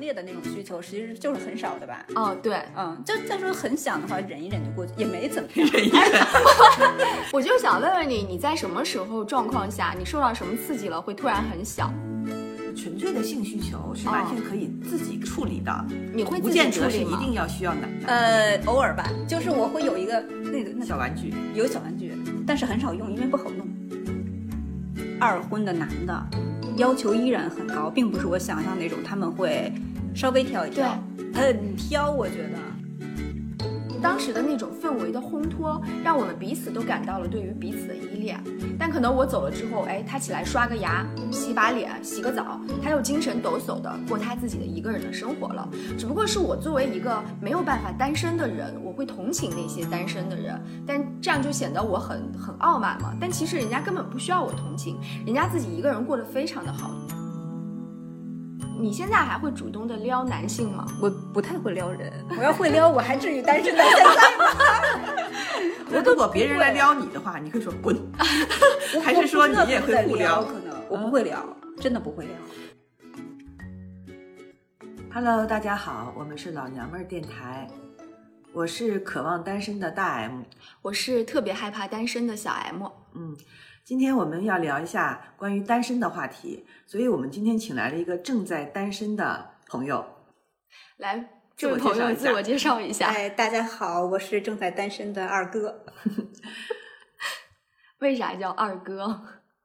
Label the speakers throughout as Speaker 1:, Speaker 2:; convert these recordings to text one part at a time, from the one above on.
Speaker 1: 烈的那种需求，实际是就是很少的吧。
Speaker 2: 哦，对，
Speaker 1: 嗯，就再说很想的话，忍一忍就过去，也没怎么忍一
Speaker 2: 哎
Speaker 1: 忍。
Speaker 2: 我就想问问你，你在什么时候状况下，你受到什么刺激了，会突然很想？
Speaker 3: 纯粹的性需求是完全可以自己处理的，
Speaker 2: 哦你会
Speaker 3: 不
Speaker 2: 自己
Speaker 3: 见
Speaker 2: 处
Speaker 3: 得是
Speaker 2: 理
Speaker 3: 一
Speaker 2: 吗？
Speaker 3: 定要需要男 的
Speaker 1: 呃，偶尔吧，就是我会有一个那个那
Speaker 3: 小玩具。
Speaker 1: 有小玩具，但是很少用，因为不好用。二婚的男的要求依然很高，并不是我想象那种他们会稍微挑一挑，很挑，我觉得。
Speaker 2: 当时的那种氛围的烘托，让我们彼此都感到了对于彼此的依恋。但可能我走了之后，哎，他起来刷个牙、洗把脸、洗个澡，他又精神抖擞的过他自己的一个人的生活了。只不过是我作为一个没有办法单身的人，我会同情那些单身的人，但这样就显得我很很傲慢嘛。但其实人家根本不需要我同情，人家自己一个人过得非常的好。你现在还会主动的撩男性吗？
Speaker 1: 我不太会撩人，我要会 撩，我还至于单身到现在吗？
Speaker 2: 呃
Speaker 3: 那如
Speaker 2: 啊
Speaker 3: 果别人来撩你的话，你会说 滚，还是说你也会互
Speaker 1: 撩？
Speaker 3: 撩
Speaker 1: 可能我不会撩，真的不会撩。
Speaker 3: ？Hello，大家好，我们是老娘们儿电台，我是渴望单身的大 M。
Speaker 2: 我是特别害怕单身的小 M。
Speaker 3: 嗯，今天我们要聊一下关于单身的话题，所以我们今天请来了一个正在单身的朋友。
Speaker 2: 来，
Speaker 3: 自
Speaker 2: 这位
Speaker 3: 我介
Speaker 2: 朋
Speaker 3: 绍
Speaker 2: 友
Speaker 3: 一
Speaker 2: 自
Speaker 3: 下
Speaker 2: 我介绍一下，
Speaker 1: 哎，大家好，我是正在单身的二哥，
Speaker 2: 为啥叫二哥？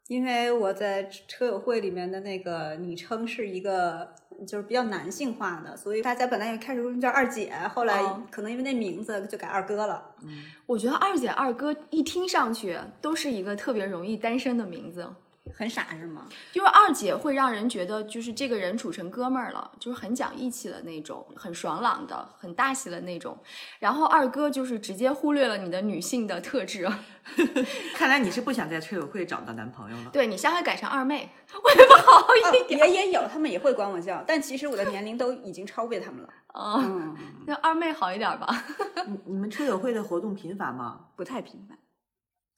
Speaker 1: 因为我在车友会里面的那个昵称是一个就是比较男性化的，所以大家本来一开始叫二姐，后来
Speaker 2: 哦
Speaker 1: 可能因为那名字就改二哥了。
Speaker 3: 嗯，
Speaker 2: 我觉得二姐、二哥一听上去都是一个特别容易单身的名字，
Speaker 1: 很傻是吗？
Speaker 2: 因为二姐会让人觉得就是这个人处成哥们儿了，就是很讲义气的那种，很爽朗的，很大气的那种。然后二哥就是直接忽略了你的女性的特质，
Speaker 3: 看来你是不想在车友会找到男朋友了。
Speaker 2: 对你下回改成二妹，会不会好一点？
Speaker 1: 也也有，他们也会管我叫，但其实我的年龄都已经超越他们 了。
Speaker 2: 啊，
Speaker 1: 嗯，
Speaker 2: 那二妹好一点吧？
Speaker 3: 你你们车友会的活动频繁吗？
Speaker 1: 不太频繁。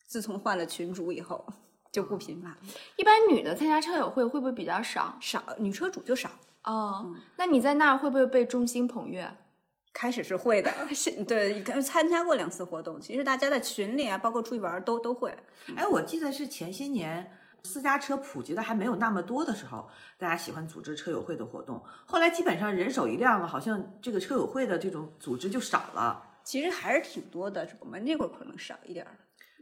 Speaker 1: 自从换了群主以后，就不频繁了，
Speaker 2: 一般女的参加车友会会不会比较少？
Speaker 1: 少女车主就少。
Speaker 2: 哦
Speaker 1: 嗯，
Speaker 2: 那你在那儿会不会被众星捧月？
Speaker 1: 开始是 会的，对，参加过两次活动。其实大家在群里啊，包括出去玩儿都都会。
Speaker 3: 哎，我记得是前些年私家车普及的还没有那么多的时候，大家喜欢组织车友会的活动。后来基本上人手一辆了，好像这个车友会的这种组织就少了。
Speaker 1: 其实还是挺多的，我们那会儿可能少一点儿，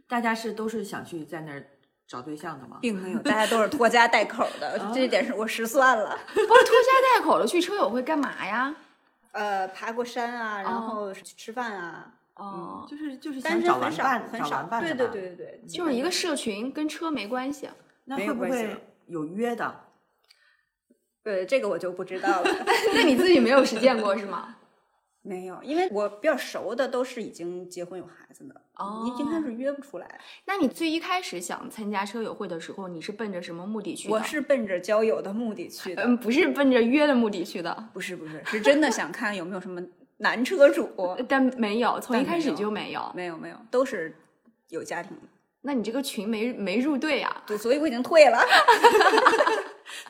Speaker 3: 大家是都是想去在那儿找对象的吗？
Speaker 1: 并没有，大家都是拖家带口 的
Speaker 3: 啊，
Speaker 1: 这一点是我失算
Speaker 3: 哦
Speaker 1: 了。
Speaker 2: 不是拖家带口的去车友会干嘛呀？
Speaker 1: 呃，爬过山啊，然
Speaker 2: 哦
Speaker 1: 后去吃饭啊，
Speaker 2: 哦，
Speaker 3: 就是就是
Speaker 1: 单
Speaker 3: 想
Speaker 1: 身
Speaker 3: 找
Speaker 1: 很
Speaker 3: 玩
Speaker 1: 少
Speaker 3: 伴，
Speaker 1: 很
Speaker 3: 找
Speaker 1: 少
Speaker 3: 玩，伴
Speaker 1: 对
Speaker 3: 的
Speaker 1: 对
Speaker 3: 吧。
Speaker 1: 对对，
Speaker 2: 就是一个社群，跟车没关系。啊
Speaker 3: 那
Speaker 1: 没
Speaker 3: 会
Speaker 1: 有
Speaker 3: 不
Speaker 1: 关系
Speaker 3: 会
Speaker 1: 了
Speaker 3: 有约的？
Speaker 1: 对这个我就不知道 了。
Speaker 2: 那你自己没有实践过是吗？
Speaker 1: 没有，因为我比较熟的都是已经结婚有孩子的，
Speaker 2: 哦
Speaker 1: 应应该是约不出来。
Speaker 2: 那你最一开始想参加车友会的时候，你是奔着什么目的去的？
Speaker 1: 我是奔着交友的目的 去的，
Speaker 2: 嗯，不是奔着约的目的去的，
Speaker 1: 不是不是，是真的想看有没有什么男车主。
Speaker 2: 呃但没有，从一
Speaker 1: 但
Speaker 2: 开
Speaker 1: 没
Speaker 2: 始
Speaker 1: 有
Speaker 2: 就没有。
Speaker 1: 没有没有，都是有家庭的，
Speaker 2: 那你这个群没没入队啊？
Speaker 1: 对，所以我已经退了，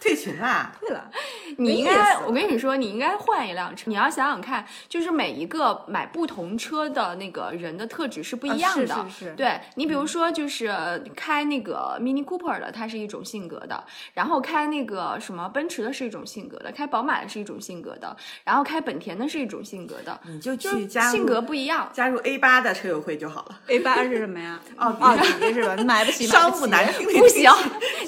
Speaker 3: 退群啦！
Speaker 1: 退了。
Speaker 2: 你
Speaker 1: 没
Speaker 2: 应
Speaker 1: 意
Speaker 2: 该，
Speaker 1: 思
Speaker 2: 我跟你说，你应该换一辆车。你要想想看，就是每一个买不同车的那个人的特质是不
Speaker 1: 啊
Speaker 2: 一样
Speaker 1: 是
Speaker 2: 的。
Speaker 1: 是是
Speaker 2: 对你比如说，就是呃开那个 Mini Cooper 的，他是一种性格的；然后开那个什么奔驰的是一种性格的；开宝马的是一种性格的；然后开本田的是一种性格的，
Speaker 3: 你就
Speaker 2: 就
Speaker 3: 去
Speaker 2: 是
Speaker 3: 加入
Speaker 2: 性格不一 样。
Speaker 3: 加入 A 八的车友会就好了。
Speaker 1: A 八是什么呀？
Speaker 3: 哦
Speaker 1: 哦，比是吧？买不起，
Speaker 3: 商务男听力
Speaker 2: 不行，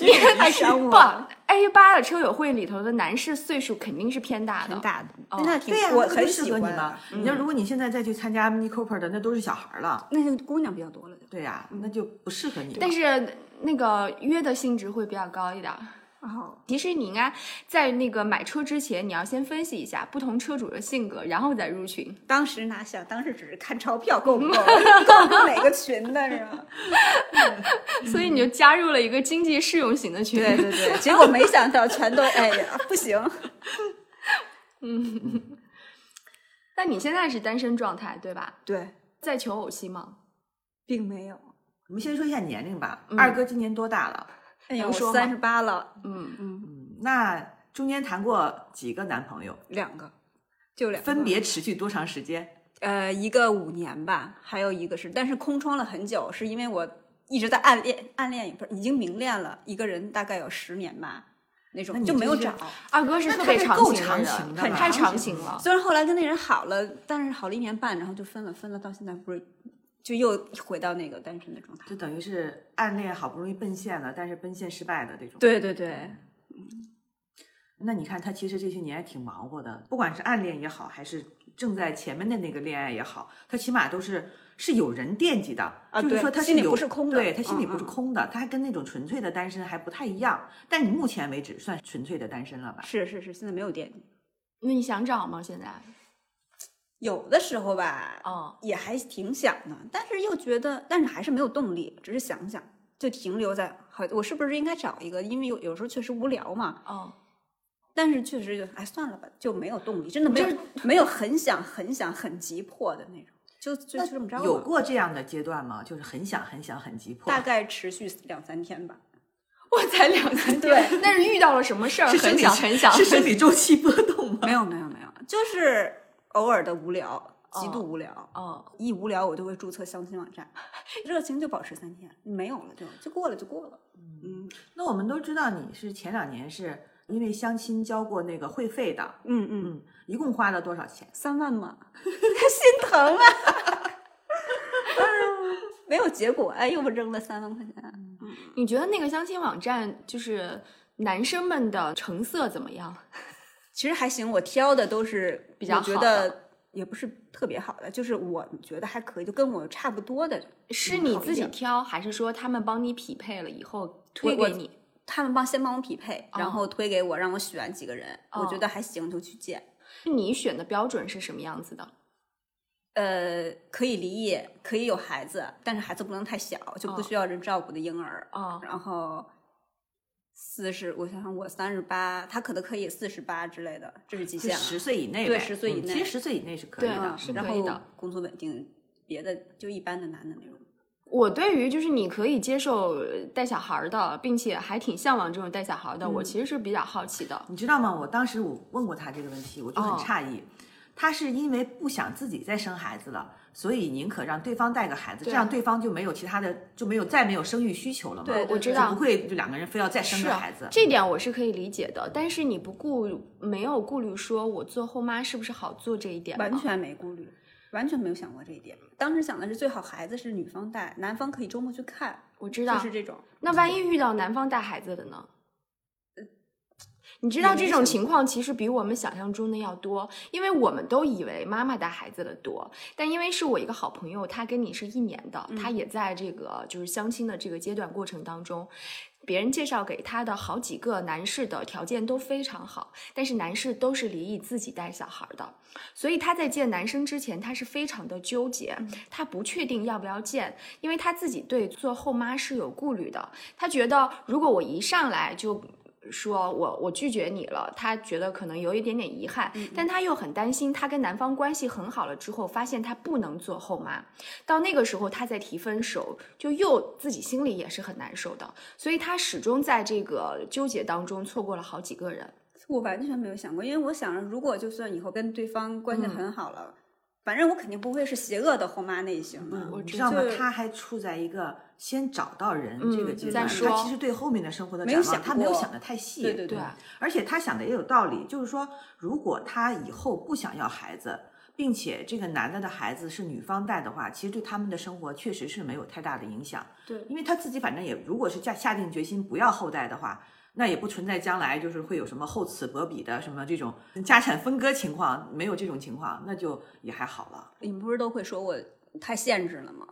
Speaker 2: 你
Speaker 1: 太伤我
Speaker 2: 不 A 八的车友会里头的男士岁数肯定是偏大的
Speaker 1: 很。 大的，
Speaker 2: 哦
Speaker 1: 那挺
Speaker 3: 对呀、
Speaker 1: 我
Speaker 3: 那就
Speaker 1: 很
Speaker 3: 不适
Speaker 1: 喜
Speaker 3: 合
Speaker 1: 欢嗯
Speaker 3: 你嗯了。你要如果你现在再去参加 Mini Cooper 的，那都是小孩儿了。
Speaker 1: 那就姑娘比较多了就
Speaker 3: 对呀、那就不适合你了。
Speaker 2: 但是那个约的性质会比较高一点儿。
Speaker 1: 哦，
Speaker 2: 其实你应该在那个买车之前，你要先分析一下不同车主的性格，然后再入群。
Speaker 1: 当时哪想，当时只是看钞票 够不够，够不够哪个群的是吧？
Speaker 2: 所以你就加入了一个经济适用型的群。
Speaker 1: 对对对，结果没想到全都哎呀不行，
Speaker 2: 那你现在是单身状态，对吧？
Speaker 1: 对，
Speaker 2: 在求偶期吗？
Speaker 1: 并没有。
Speaker 3: 我们先说一下年龄吧。
Speaker 2: 嗯
Speaker 3: 二哥今年多大了？
Speaker 1: 哎
Speaker 2: 能
Speaker 1: 呀，我
Speaker 2: 说吗
Speaker 1: 三十八了，
Speaker 2: 嗯，
Speaker 1: 嗯，
Speaker 3: 嗯，那中间谈过几个男朋友，
Speaker 1: 两个，就两个
Speaker 3: 分别持续多长时间？
Speaker 1: 呃，一个五年吧，还有一个是，但是空窗了很久，是因为我一直在暗恋，暗恋也不是已经明恋了一个人，大概有十年吧，那种
Speaker 3: 那你
Speaker 1: 就没有
Speaker 3: 这是
Speaker 1: 找。
Speaker 2: 二哥是
Speaker 3: 那
Speaker 2: 特
Speaker 3: 他
Speaker 2: 别
Speaker 3: 是
Speaker 2: 长
Speaker 3: 够
Speaker 2: 情的
Speaker 3: 长
Speaker 2: 人
Speaker 3: 情的
Speaker 2: 很
Speaker 3: 了
Speaker 2: 太长情了。
Speaker 1: 虽然后来跟那人好了，但是好了一年半，然后就分了，分了到现在不是就又回到那个单身的状态。
Speaker 3: 就等于是暗恋好不容易奔现了，但是奔现失败的这种。
Speaker 1: 对对对，
Speaker 3: 那你看他其实这些年还挺忙活的，不管是暗恋也好，还是正在前面的那个恋爱也好，他起码都是是有人惦记的，
Speaker 1: 啊
Speaker 3: 就是
Speaker 1: 对
Speaker 3: 说他
Speaker 1: 心里
Speaker 3: 有
Speaker 1: 不是空的
Speaker 3: 对他心里不是
Speaker 1: 嗯嗯
Speaker 3: 空的，他还跟那种纯粹的单身还不太一样。但你目前为止算纯粹的单身了吧？
Speaker 1: 是是是，现在没有惦记。
Speaker 2: 那你想找吗？现在？
Speaker 1: 有的时候吧，
Speaker 2: 哦，
Speaker 1: 也还挺想的，但是又觉得，但是还是没有动力，只是想想，就停留在好，我是不是应该找一个？因为有有时候确实无聊嘛，
Speaker 2: 哦，
Speaker 1: 但是确实就哎算了吧，就没有动力，真的没有、
Speaker 2: 就是
Speaker 1: 没有很想很想很急迫的那种，就就就这么着吧。
Speaker 3: 有过这样的阶段吗？就是很想很想很急迫，
Speaker 1: 大概持续两三天吧。
Speaker 2: 我才两三天，
Speaker 1: 对，
Speaker 2: 那是遇到了什么事儿？
Speaker 3: 是生
Speaker 2: 很
Speaker 3: 理
Speaker 2: 想很想，
Speaker 3: 是生理周期波 动吗？
Speaker 1: 没有没有没有，就是偶尔的无聊，极
Speaker 2: 哦
Speaker 1: 度无聊。
Speaker 2: 哦，
Speaker 1: 一无聊，我就会注册相亲网站， 热情就保持三天，没有了就就过了就过了。嗯
Speaker 3: 那我们都知道你是前两年是因为相亲交过那个会费的，
Speaker 1: 嗯嗯，
Speaker 3: 嗯，一共花了多少钱？
Speaker 1: 三万嘛， 心疼啊！ 哎呦没有结果，哎，又不扔了三万块钱。
Speaker 2: 你觉得那个相亲网站就是男生们的成色怎么样？
Speaker 1: 其实还行，我挑的都是
Speaker 2: 比较
Speaker 1: 我觉
Speaker 2: 好
Speaker 1: 得也不是特别好的，就是我觉得还可以，就跟我差不多的。
Speaker 2: 是
Speaker 1: 嗯
Speaker 2: 你
Speaker 1: 好一
Speaker 2: 自己
Speaker 1: 点
Speaker 2: 挑，还是说他们帮你匹配了以后推
Speaker 1: 我
Speaker 2: 给你？
Speaker 1: 他们帮先帮我匹配，
Speaker 2: 哦
Speaker 1: 然后推给我，让我选几个人，我觉
Speaker 2: 哦
Speaker 1: 得还行，就去见。
Speaker 2: 你选的标准是什么样子的？
Speaker 1: 呃，可以离异，可以有孩子，但是孩子不能太小，就
Speaker 2: 哦
Speaker 1: 不需要人照顾的婴儿。
Speaker 2: 哦
Speaker 1: 然后四十，我想想，我三十八，他可能可以四十八之类的，这是极
Speaker 3: 是
Speaker 1: 限了。
Speaker 3: 十岁以内呗，
Speaker 1: 对10岁以
Speaker 3: 嗯
Speaker 1: 内啊
Speaker 3: 其实十岁以内是可以
Speaker 2: 对
Speaker 3: 的，
Speaker 2: 是
Speaker 3: 嗯
Speaker 1: 然
Speaker 2: 可以
Speaker 1: 后
Speaker 2: 的
Speaker 1: 工作稳定，别的就一般的男的那种。
Speaker 2: 我对于就是你可以接受呃带小孩儿的，并且还挺向往这种带小孩儿的，我
Speaker 1: 嗯
Speaker 2: 其实是比较好奇的。
Speaker 3: 你知道吗？我当时我问过他这个问题，我就很
Speaker 2: 哦
Speaker 3: 诧异，他是因为不想自己再生孩子了，所以宁可让对方带个孩子，
Speaker 2: 对
Speaker 3: 这样对方就没有其他的，就没有再没有生育需求了嘛。
Speaker 1: 对
Speaker 2: 哦我
Speaker 1: 对
Speaker 2: 知
Speaker 1: 对
Speaker 3: 就不
Speaker 2: 道。
Speaker 3: 会就两个人非要再生
Speaker 2: 是
Speaker 3: 个
Speaker 2: 啊
Speaker 3: 孩子。
Speaker 2: 这点我是可以理解的，但是你不顾没有顾虑说我做后妈是不是好做这一点吗，啊
Speaker 1: 完全没顾虑，完全没有想过这一点。当时想的是最好孩子是女方带，男方可以周末去看，
Speaker 2: 我知
Speaker 1: 就
Speaker 2: 道。
Speaker 1: 是这种。
Speaker 2: 那万一遇到男方带孩子的呢？你知道
Speaker 1: 也没
Speaker 2: 这种
Speaker 1: 什么
Speaker 2: 情况其实比我们想象中的要多，因为我们都以为妈妈带孩子的多，但因为是我一个好朋友，她跟你是一年的，她
Speaker 1: 嗯
Speaker 2: 也在这个就是相亲的这个阶段过程当中，别人介绍给她的好几个男士的条件都非常好，但是男士都是离异自己带小孩的，所以她在见男生之前，她是非常的纠结，她不确定要不要见，因为她自己对做后妈是有顾虑的，她觉得如果我一上来就。说我我拒绝你了，她觉得可能有一点点遗憾，但她又很担心，她跟男方关系很好了之后，发现她不能做后妈，到那个时候她再提分手，就又自己心里也是很难受的，所以她始终在这个纠结当中错过了好几个人。
Speaker 1: 我完全没有想过，因为我想着，如果就算以后跟对方关系
Speaker 2: 嗯
Speaker 1: 很好了，反正我肯定不会是邪恶的后妈类型的。
Speaker 2: 嗯我
Speaker 3: 你
Speaker 2: 知
Speaker 3: 知道吗
Speaker 1: 就？
Speaker 3: 他还处在一个先找到人
Speaker 2: 嗯
Speaker 3: 这个阶
Speaker 2: 再
Speaker 3: 段，
Speaker 2: 说
Speaker 3: 他其实对后面的生活的
Speaker 1: 没
Speaker 3: 展
Speaker 1: 有
Speaker 3: 望，
Speaker 1: 想
Speaker 3: 他没有
Speaker 1: 过
Speaker 3: 想的太细。
Speaker 1: 对对
Speaker 2: 对，啊
Speaker 3: 而且他想的也有道理，就是说，如果他以后不想要孩子，并且这个男的的孩子是女方带的话，其实对他们的生活确实是没有太大的影响。
Speaker 1: 对
Speaker 3: 因为他自己反正也，如果是下下定决心不要后代的话，那也不存在将来就是会有什么厚此薄彼的什么这种家产分割情况，没有这种情况，那就也还好了。
Speaker 1: 你们不是都会说我太限制了吗？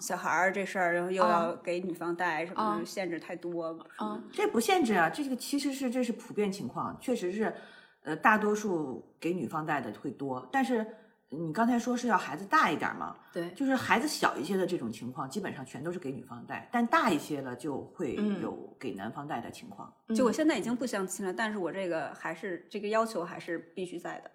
Speaker 1: 小孩儿这事儿，然后又
Speaker 2: 啊
Speaker 1: 要给女方带什么
Speaker 2: 啊
Speaker 1: 的，限制太多。什
Speaker 2: 哦
Speaker 1: 么的
Speaker 3: 这不限制啊，这个其实是这是普遍情况，确实是，呃，大多数给女方带的会多，但是你刚才说是要孩子大一点嘛，
Speaker 1: 对，
Speaker 3: 就是孩子小一些的这种情况，基本上全都是给女方带，但大一些了就会
Speaker 2: 嗯
Speaker 3: 有给男方带的情况。
Speaker 1: 就我
Speaker 2: 嗯
Speaker 1: 现在已经不相亲了，但是我这个还是这个要求还是必须在的。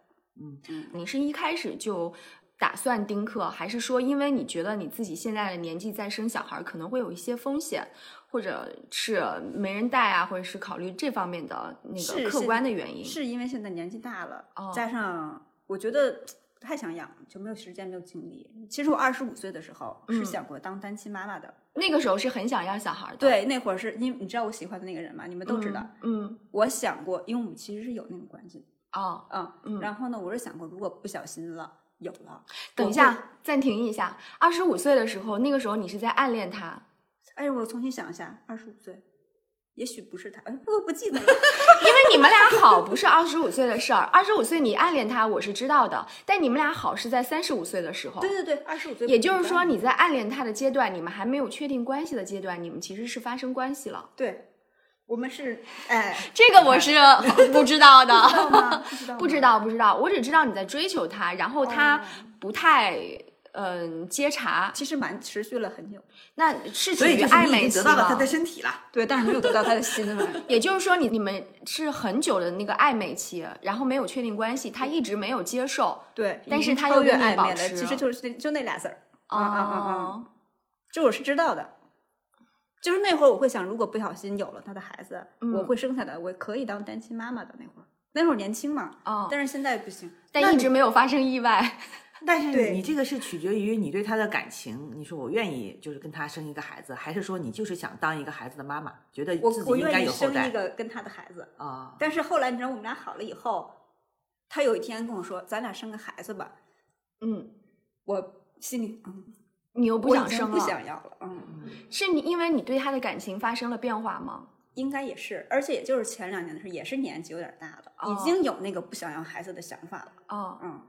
Speaker 2: 你是一开始就打算丁克，还是说因为你觉得你自己现在的年纪再生小孩可能会有一些风险，或者是没人带啊，或者是考虑这方面的那
Speaker 1: 是
Speaker 2: 个客
Speaker 1: 是
Speaker 2: 观的原因？
Speaker 1: 是因为现在年纪大了，
Speaker 2: 嗯哦
Speaker 1: 加上我觉得不太想养，就没有时间，没有精力。其实我二十五岁的时候是
Speaker 2: 嗯哦
Speaker 1: 想过当单亲妈妈的，
Speaker 2: 那个时候是很想要小孩的，
Speaker 1: 对，那会儿是因为你知道我喜欢的那个人嘛，你们
Speaker 2: 嗯，
Speaker 1: 都知道。
Speaker 2: 嗯，
Speaker 1: 我想过，因为我们其实是有那种关系的，
Speaker 2: 哦，
Speaker 1: 嗯，
Speaker 2: 嗯
Speaker 1: 然后呢，我是想过，如果不小心了，有了，我
Speaker 2: 等一
Speaker 1: 会，
Speaker 2: 下，暂停一下。二十五岁的时候，那个时候你是在暗恋他，
Speaker 1: 哎，我重新想一下，二十五岁，也许不是他，哎，我不 记得了，
Speaker 2: 因为你们俩好不是二十五岁的事儿。二十五岁你暗恋他，我是知道的，但你们俩好是在三十五岁的时候。
Speaker 1: 对对对，二十五岁，
Speaker 2: 也就是说，，你在暗恋他的阶段，你们还没有确定关系的阶段，你们其实是发生关系了。
Speaker 1: 对，我们是，哎，
Speaker 2: 这个我是不知
Speaker 1: 不知
Speaker 2: 道
Speaker 1: 道
Speaker 2: 的，
Speaker 1: 吗？不知道吗，
Speaker 2: 不知道，不知道。我只知道你在追求他，然后他
Speaker 1: 哦
Speaker 2: 不太嗯接茬，
Speaker 1: 其实蛮持续了很久，
Speaker 2: 那是处
Speaker 3: 所以
Speaker 2: 于
Speaker 3: 就是
Speaker 2: 暧
Speaker 3: 你已
Speaker 2: 昧
Speaker 3: 经
Speaker 2: 期
Speaker 3: 得到了他
Speaker 2: 了
Speaker 3: 的。身体了。
Speaker 1: 对，但是没有得到他的心嘛，
Speaker 2: 也就是说你，你们是很久的那个暧昧期，然后没有确定关系，他一直没有接受。
Speaker 1: 对，
Speaker 2: 但
Speaker 1: 已
Speaker 2: 是
Speaker 1: 经
Speaker 2: 他
Speaker 1: 超
Speaker 2: 又
Speaker 1: 越
Speaker 2: 跟你
Speaker 1: 暧
Speaker 2: 保
Speaker 1: 昧了，
Speaker 2: 持
Speaker 1: 其实
Speaker 2: 了
Speaker 1: 就是那就那俩字儿，
Speaker 2: 哦、
Speaker 1: 嗯嗯嗯这我是知道的。就是那会儿，我会想，如果不小心有了他的孩子，
Speaker 2: 嗯
Speaker 1: 我会生下来，我可以当单亲妈妈的。那会儿，那会儿年轻嘛，
Speaker 2: 哦
Speaker 1: 但是现在不行。
Speaker 2: 但一直没有发生意外。
Speaker 3: 但是
Speaker 1: 对
Speaker 3: 你这个是取决于你对他的感情，你说我愿意就是跟他生一个孩子，还是说你就是想当一个孩子的妈妈，觉得
Speaker 1: 我
Speaker 3: 自己
Speaker 1: 我
Speaker 3: 应该
Speaker 1: 愿意
Speaker 3: 有后
Speaker 1: 生一
Speaker 3: 代
Speaker 1: 个跟他的孩
Speaker 2: 哦
Speaker 1: 子，
Speaker 3: 啊？
Speaker 1: 但是后来你知道我们俩好了以后，他有一天跟我说：“咱俩生个孩子吧。
Speaker 2: 嗯，”
Speaker 1: 我心里嗯，
Speaker 2: 你又不
Speaker 1: 我已
Speaker 2: 想
Speaker 1: 经
Speaker 2: 生
Speaker 1: 不
Speaker 2: 了，
Speaker 1: 想要了。嗯，
Speaker 2: 是你因为你对他的感情发生了变化吗？
Speaker 1: 应该也是，而且也就是前两年的事，也是年纪有点大了，
Speaker 2: 哦
Speaker 1: 已经有那个不想要孩子的想法了。
Speaker 2: 哦，
Speaker 1: 嗯，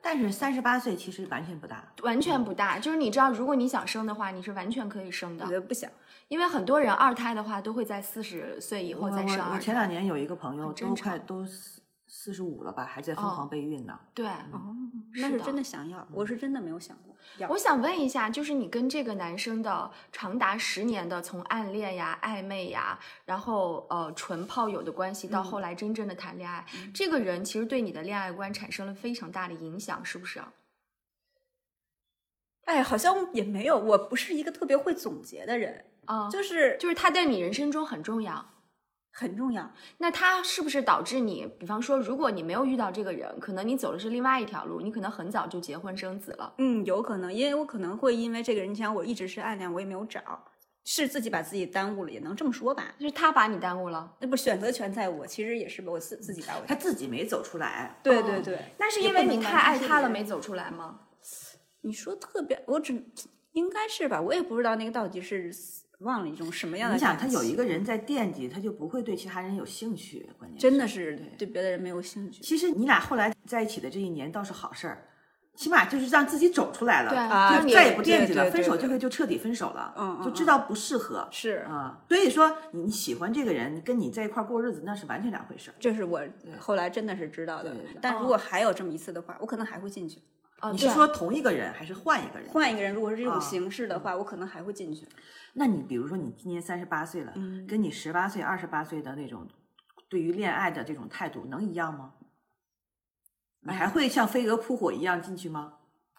Speaker 3: 但是三十八岁其实完全不大，
Speaker 2: 完全
Speaker 3: 嗯
Speaker 2: 不大。就是你知道，如果你想生的话，你是完全可以生
Speaker 1: 我
Speaker 2: 的
Speaker 1: 觉，得不想。
Speaker 2: 因为很多人二胎的话都会在四十岁以
Speaker 3: 我
Speaker 2: 后再生
Speaker 3: 我我
Speaker 2: 二胎。
Speaker 3: 前两年有一个朋友
Speaker 2: 很正
Speaker 3: 都快
Speaker 2: 常
Speaker 3: 都四四十五了吧，还在疯
Speaker 2: 哦
Speaker 3: 狂备孕呢。
Speaker 2: 对，
Speaker 1: 哦，那
Speaker 2: 是
Speaker 1: 是
Speaker 2: 的
Speaker 1: 真的嗯想要，我是真的没有想过要。
Speaker 2: 我想问一下，就是你跟这个男生的长达十年的从暗恋呀、暧昧呀，然后呃纯炮友的关系，到
Speaker 3: 嗯
Speaker 2: 后来真正的谈恋爱，这个人其实对你的恋爱观产生了非常大的影响，是不是啊？
Speaker 1: 哎，好像也没有，我不是一个特别会总结的人，
Speaker 2: 啊、
Speaker 1: 哦就是
Speaker 2: 就是他在你人生中很重要。
Speaker 1: 很重要。
Speaker 2: 那他是不是导致你，比方说，如果你没有遇到这个人，可能你走的是另外一条路，你可能很早就结婚生子了。
Speaker 1: 嗯，有可能，因为我可能会因为这个人，你想我一直是暗恋，我也没有找，是自己把自己耽误了，也能这么说吧。
Speaker 2: 就是他把你耽误了，
Speaker 1: 那不选择权在我，其实也是我自嗯自己把我
Speaker 3: 他。自己没走出来，
Speaker 1: 对对对，
Speaker 2: 那是
Speaker 1: 也
Speaker 2: 因
Speaker 1: 不
Speaker 2: 为你
Speaker 1: 能
Speaker 2: 太
Speaker 1: 完全
Speaker 2: 爱
Speaker 1: 是
Speaker 2: 他了
Speaker 1: 人
Speaker 2: 没走出来吗？
Speaker 1: 你说特别，我只应该是吧，我也不知道那个到底是忘了一种什么样的
Speaker 3: 你
Speaker 1: 感情。
Speaker 3: 想他有一个人在惦记，他就不会对其他人有兴趣，关键是
Speaker 1: 真的是对别的人没有兴趣。
Speaker 3: 其实你俩后来在一起的这一年倒是好事儿，起码就是让自己走出来了，
Speaker 2: 对
Speaker 1: 啊
Speaker 3: 就再也
Speaker 1: 对
Speaker 3: 不惦记
Speaker 1: 对对
Speaker 3: 了，分手
Speaker 1: 对
Speaker 3: 就会就彻底分手了，
Speaker 1: 嗯嗯
Speaker 3: 就知道不适合，
Speaker 1: 是，
Speaker 3: 啊、所以说你你喜欢这个人，跟你在一块儿过日子那是完全两回事儿。
Speaker 1: 这是我后来真的是知道的
Speaker 3: 对对对。哦
Speaker 1: 但如果还有这么一次的话，我可能还会进去。
Speaker 2: 哦，
Speaker 3: 你
Speaker 2: 对
Speaker 3: 是说同一个人还是换一个人？
Speaker 1: 换一个人，如果是这
Speaker 3: 啊
Speaker 1: 种形式的话，我可能还会进去。
Speaker 3: 那你比如说你今年三十八岁了，
Speaker 1: 嗯
Speaker 3: 跟你十八岁、二十八岁的那种对于恋爱的这种态度能一样吗？你
Speaker 1: 哎
Speaker 3: 还会像飞蛾扑火一样进去吗？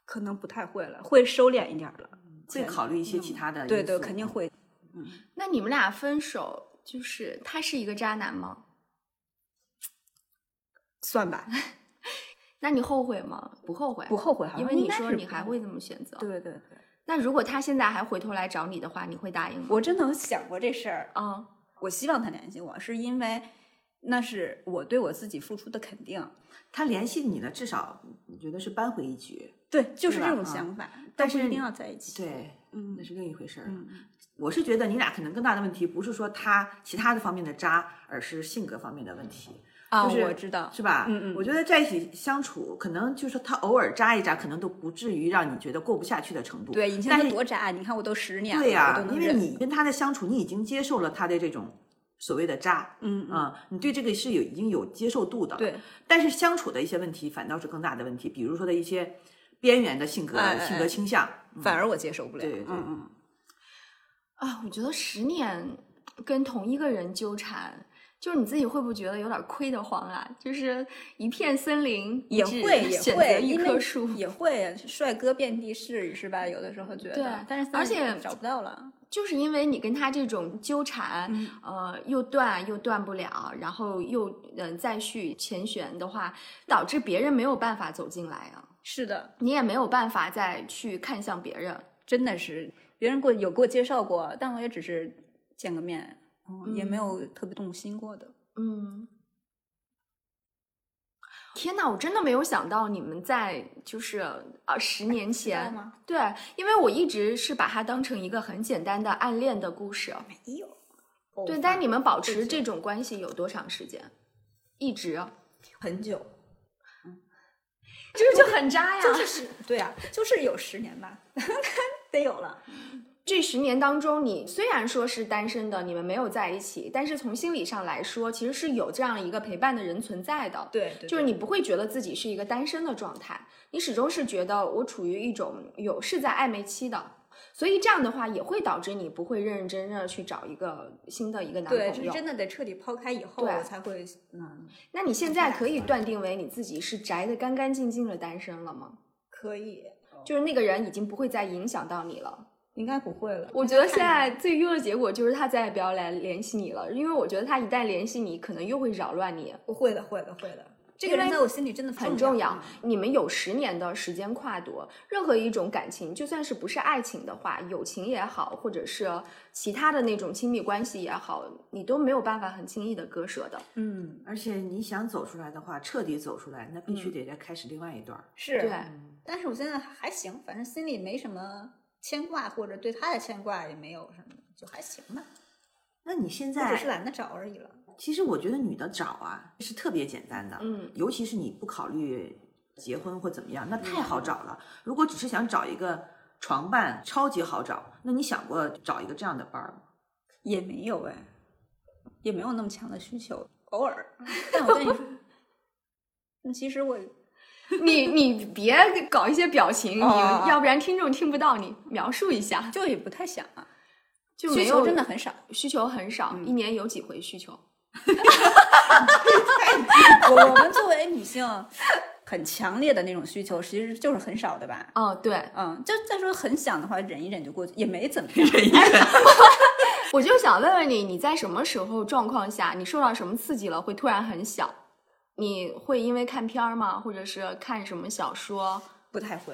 Speaker 1: 可能不太会了，会收敛一点儿了。
Speaker 3: 嗯会考虑一些其他的因
Speaker 1: 嗯
Speaker 3: 素？嗯
Speaker 1: 对对，肯定会。
Speaker 2: 那你们俩分手，就是他是一个渣男吗？
Speaker 1: 算 吧，
Speaker 2: 那你后悔吗？不后悔，
Speaker 1: 不后悔，好像
Speaker 2: 因为你
Speaker 1: 应该
Speaker 2: 说
Speaker 1: 是
Speaker 2: 你
Speaker 1: 不
Speaker 2: 还
Speaker 1: 后
Speaker 2: 会
Speaker 1: 悔。
Speaker 2: 这么选择。
Speaker 1: 对对对，
Speaker 2: 那如果他现在还回头来找你的话，你会答应吗？
Speaker 1: 我真的有想过这事儿。
Speaker 2: 嗯，
Speaker 1: 我希望他联系我，是因为那是我对我自己付出的肯定。
Speaker 3: 他联系你了，至少你觉得是扳回一局。
Speaker 1: 对，就是
Speaker 3: 对
Speaker 1: 这
Speaker 3: 吧
Speaker 1: 种
Speaker 3: 啊
Speaker 1: 想法，
Speaker 3: 但
Speaker 1: 倒不
Speaker 3: 是
Speaker 1: 一定要在一起。，
Speaker 3: 对，
Speaker 1: 嗯
Speaker 3: 那是另一回事儿了。
Speaker 1: 嗯，
Speaker 3: 我是觉得你俩可能更大的问题不是说他其他的方面的渣，而是性格方面的问题，
Speaker 1: 啊，
Speaker 3: 就是
Speaker 1: 我知道，
Speaker 3: 是吧？
Speaker 1: 嗯嗯
Speaker 3: 我觉得在一起相处，可能就是他偶尔渣一渣，可能都不至于让你觉得过不下去的程度。
Speaker 1: 对，以前
Speaker 3: 但
Speaker 1: 他
Speaker 3: 是
Speaker 1: 多渣，你看我都十年了，
Speaker 3: 对呀、
Speaker 1: 我都能
Speaker 3: 因为
Speaker 1: 忍
Speaker 3: 你跟他的相处，你已经接受了他的这种所谓的渣，
Speaker 1: 嗯嗯，
Speaker 3: 啊、你对这个是有已经有接受度的。，
Speaker 1: 对，
Speaker 3: 但是相处的一些问题反倒是更大的问题，比如说的一些边缘的性格、
Speaker 1: 哎哎
Speaker 3: 性格倾向。嗯
Speaker 1: 反而我接受不了。
Speaker 3: 对对对
Speaker 1: 嗯嗯，
Speaker 2: 啊，我觉得十年跟同一个人纠缠，就是你自己会不会觉得有点亏得慌啊？就是一片森林，
Speaker 1: 也
Speaker 2: 只
Speaker 1: 会也
Speaker 2: 选
Speaker 1: 会
Speaker 2: 择一
Speaker 1: 因
Speaker 2: 棵
Speaker 1: 为
Speaker 2: 树，
Speaker 1: 也会帅哥遍地是是吧？有的时候觉得，
Speaker 2: 对
Speaker 1: 但是
Speaker 2: 而
Speaker 1: 森林
Speaker 2: 且
Speaker 1: 找不到了，
Speaker 2: 就是因为你跟他这种纠缠，
Speaker 1: 嗯
Speaker 2: 呃，又断又断不了，然后又嗯、呃再续前缘的话，导致别人没有办法走进来啊，
Speaker 1: 是的，
Speaker 2: 你也没有办法再去看向别人。
Speaker 1: 真的是别人给我有给我介绍过，但我也只是见个面，嗯，也没有特别动心过的。
Speaker 2: 嗯，天哪，我真的没有想到你们在就是啊十年前，
Speaker 1: 哎吗？
Speaker 2: 对，因为我一直是把它当成一个很简单的暗恋的故事。
Speaker 1: 没有，
Speaker 2: 对，但是你们保
Speaker 1: 对
Speaker 2: 持
Speaker 1: 对
Speaker 2: 这种关系有多长时间？一直，
Speaker 1: 很久，
Speaker 2: 这就很渣呀！
Speaker 1: 就是十，对啊，就是有十年吧， 得有了。
Speaker 2: 这十年当中，你虽然说是单身的，你们没有在一起，但是从心理上来说，其实是有这样一个陪伴的人存在的。
Speaker 1: 对，对
Speaker 2: 就是你不会觉得自己是一个单身的状态，你始终是觉得我处于一种有是在暧昧期的，所以这样的话也会导致你不会认认真真的去找一个新的一个男
Speaker 1: 对，
Speaker 2: 朋
Speaker 1: 就是
Speaker 2: 友。
Speaker 1: 真的得彻底抛开以后，
Speaker 2: 对
Speaker 1: 我才会嗯，
Speaker 2: 那你现在可以断定为你自己是宅的干干净净的单身了吗？
Speaker 1: 可以，
Speaker 2: 就是那个人已经不会再影响到你了。
Speaker 1: 应该不会了。
Speaker 2: 我觉得现在最优的结果就是他再也不要来联系你了，因为我觉得他一旦联系你，可能又会扰乱你。
Speaker 1: 我会的，会的，会的。这个
Speaker 2: 因
Speaker 1: 人
Speaker 2: 为
Speaker 1: 在我心里真的
Speaker 2: 很重要，嗯你们有十年的时间跨度，任何一种感情，就算是不是爱情的话，友情也好，或者是其他的那种亲密关系也好，你都没有办法很轻易的割舍的。
Speaker 1: 嗯，
Speaker 3: 而且你想走出来的话，彻底走出来，那必须得再开始另外一段儿。
Speaker 1: 是
Speaker 2: 对
Speaker 3: 嗯，
Speaker 1: 但是我现在还行，反正心里没什么牵挂，或者对他的牵挂也没有什么，就还行吧。
Speaker 3: 那你现
Speaker 1: 我只是
Speaker 3: 在，
Speaker 1: 懒得找而已了。
Speaker 3: 其实我觉得女的找啊是特别简单的，
Speaker 2: 嗯，
Speaker 3: 尤其是你不考虑结婚或怎么样，那
Speaker 2: 嗯
Speaker 3: 太好找了。如果只是想找一个床伴，超级好找。那你想过找一个这样的伴儿吗？
Speaker 1: 也没有哎，也没有那么强的需求，偶 尔。但我跟你说，那其实我
Speaker 2: 你你别搞一些表情，你
Speaker 1: 哦
Speaker 2: 要不然听众听不到你。描述一下，
Speaker 1: 就也不太想啊，
Speaker 2: 就
Speaker 1: 需
Speaker 2: 没
Speaker 1: 求
Speaker 2: 有嗯
Speaker 1: 真的很少。
Speaker 2: 需求很少，一年有几回需求？
Speaker 1: 我我们作为女性，很强烈的那种需求，其实就是很少的吧。
Speaker 2: 哦，对，
Speaker 1: 嗯，就再说很想的话，忍一忍就过去，也没怎么样。
Speaker 2: 我就想问问你，你在什么时候状况下，你受到什么刺激了，会突然很想？你会因为看片儿吗？或者是看什么小说？
Speaker 1: 不太会，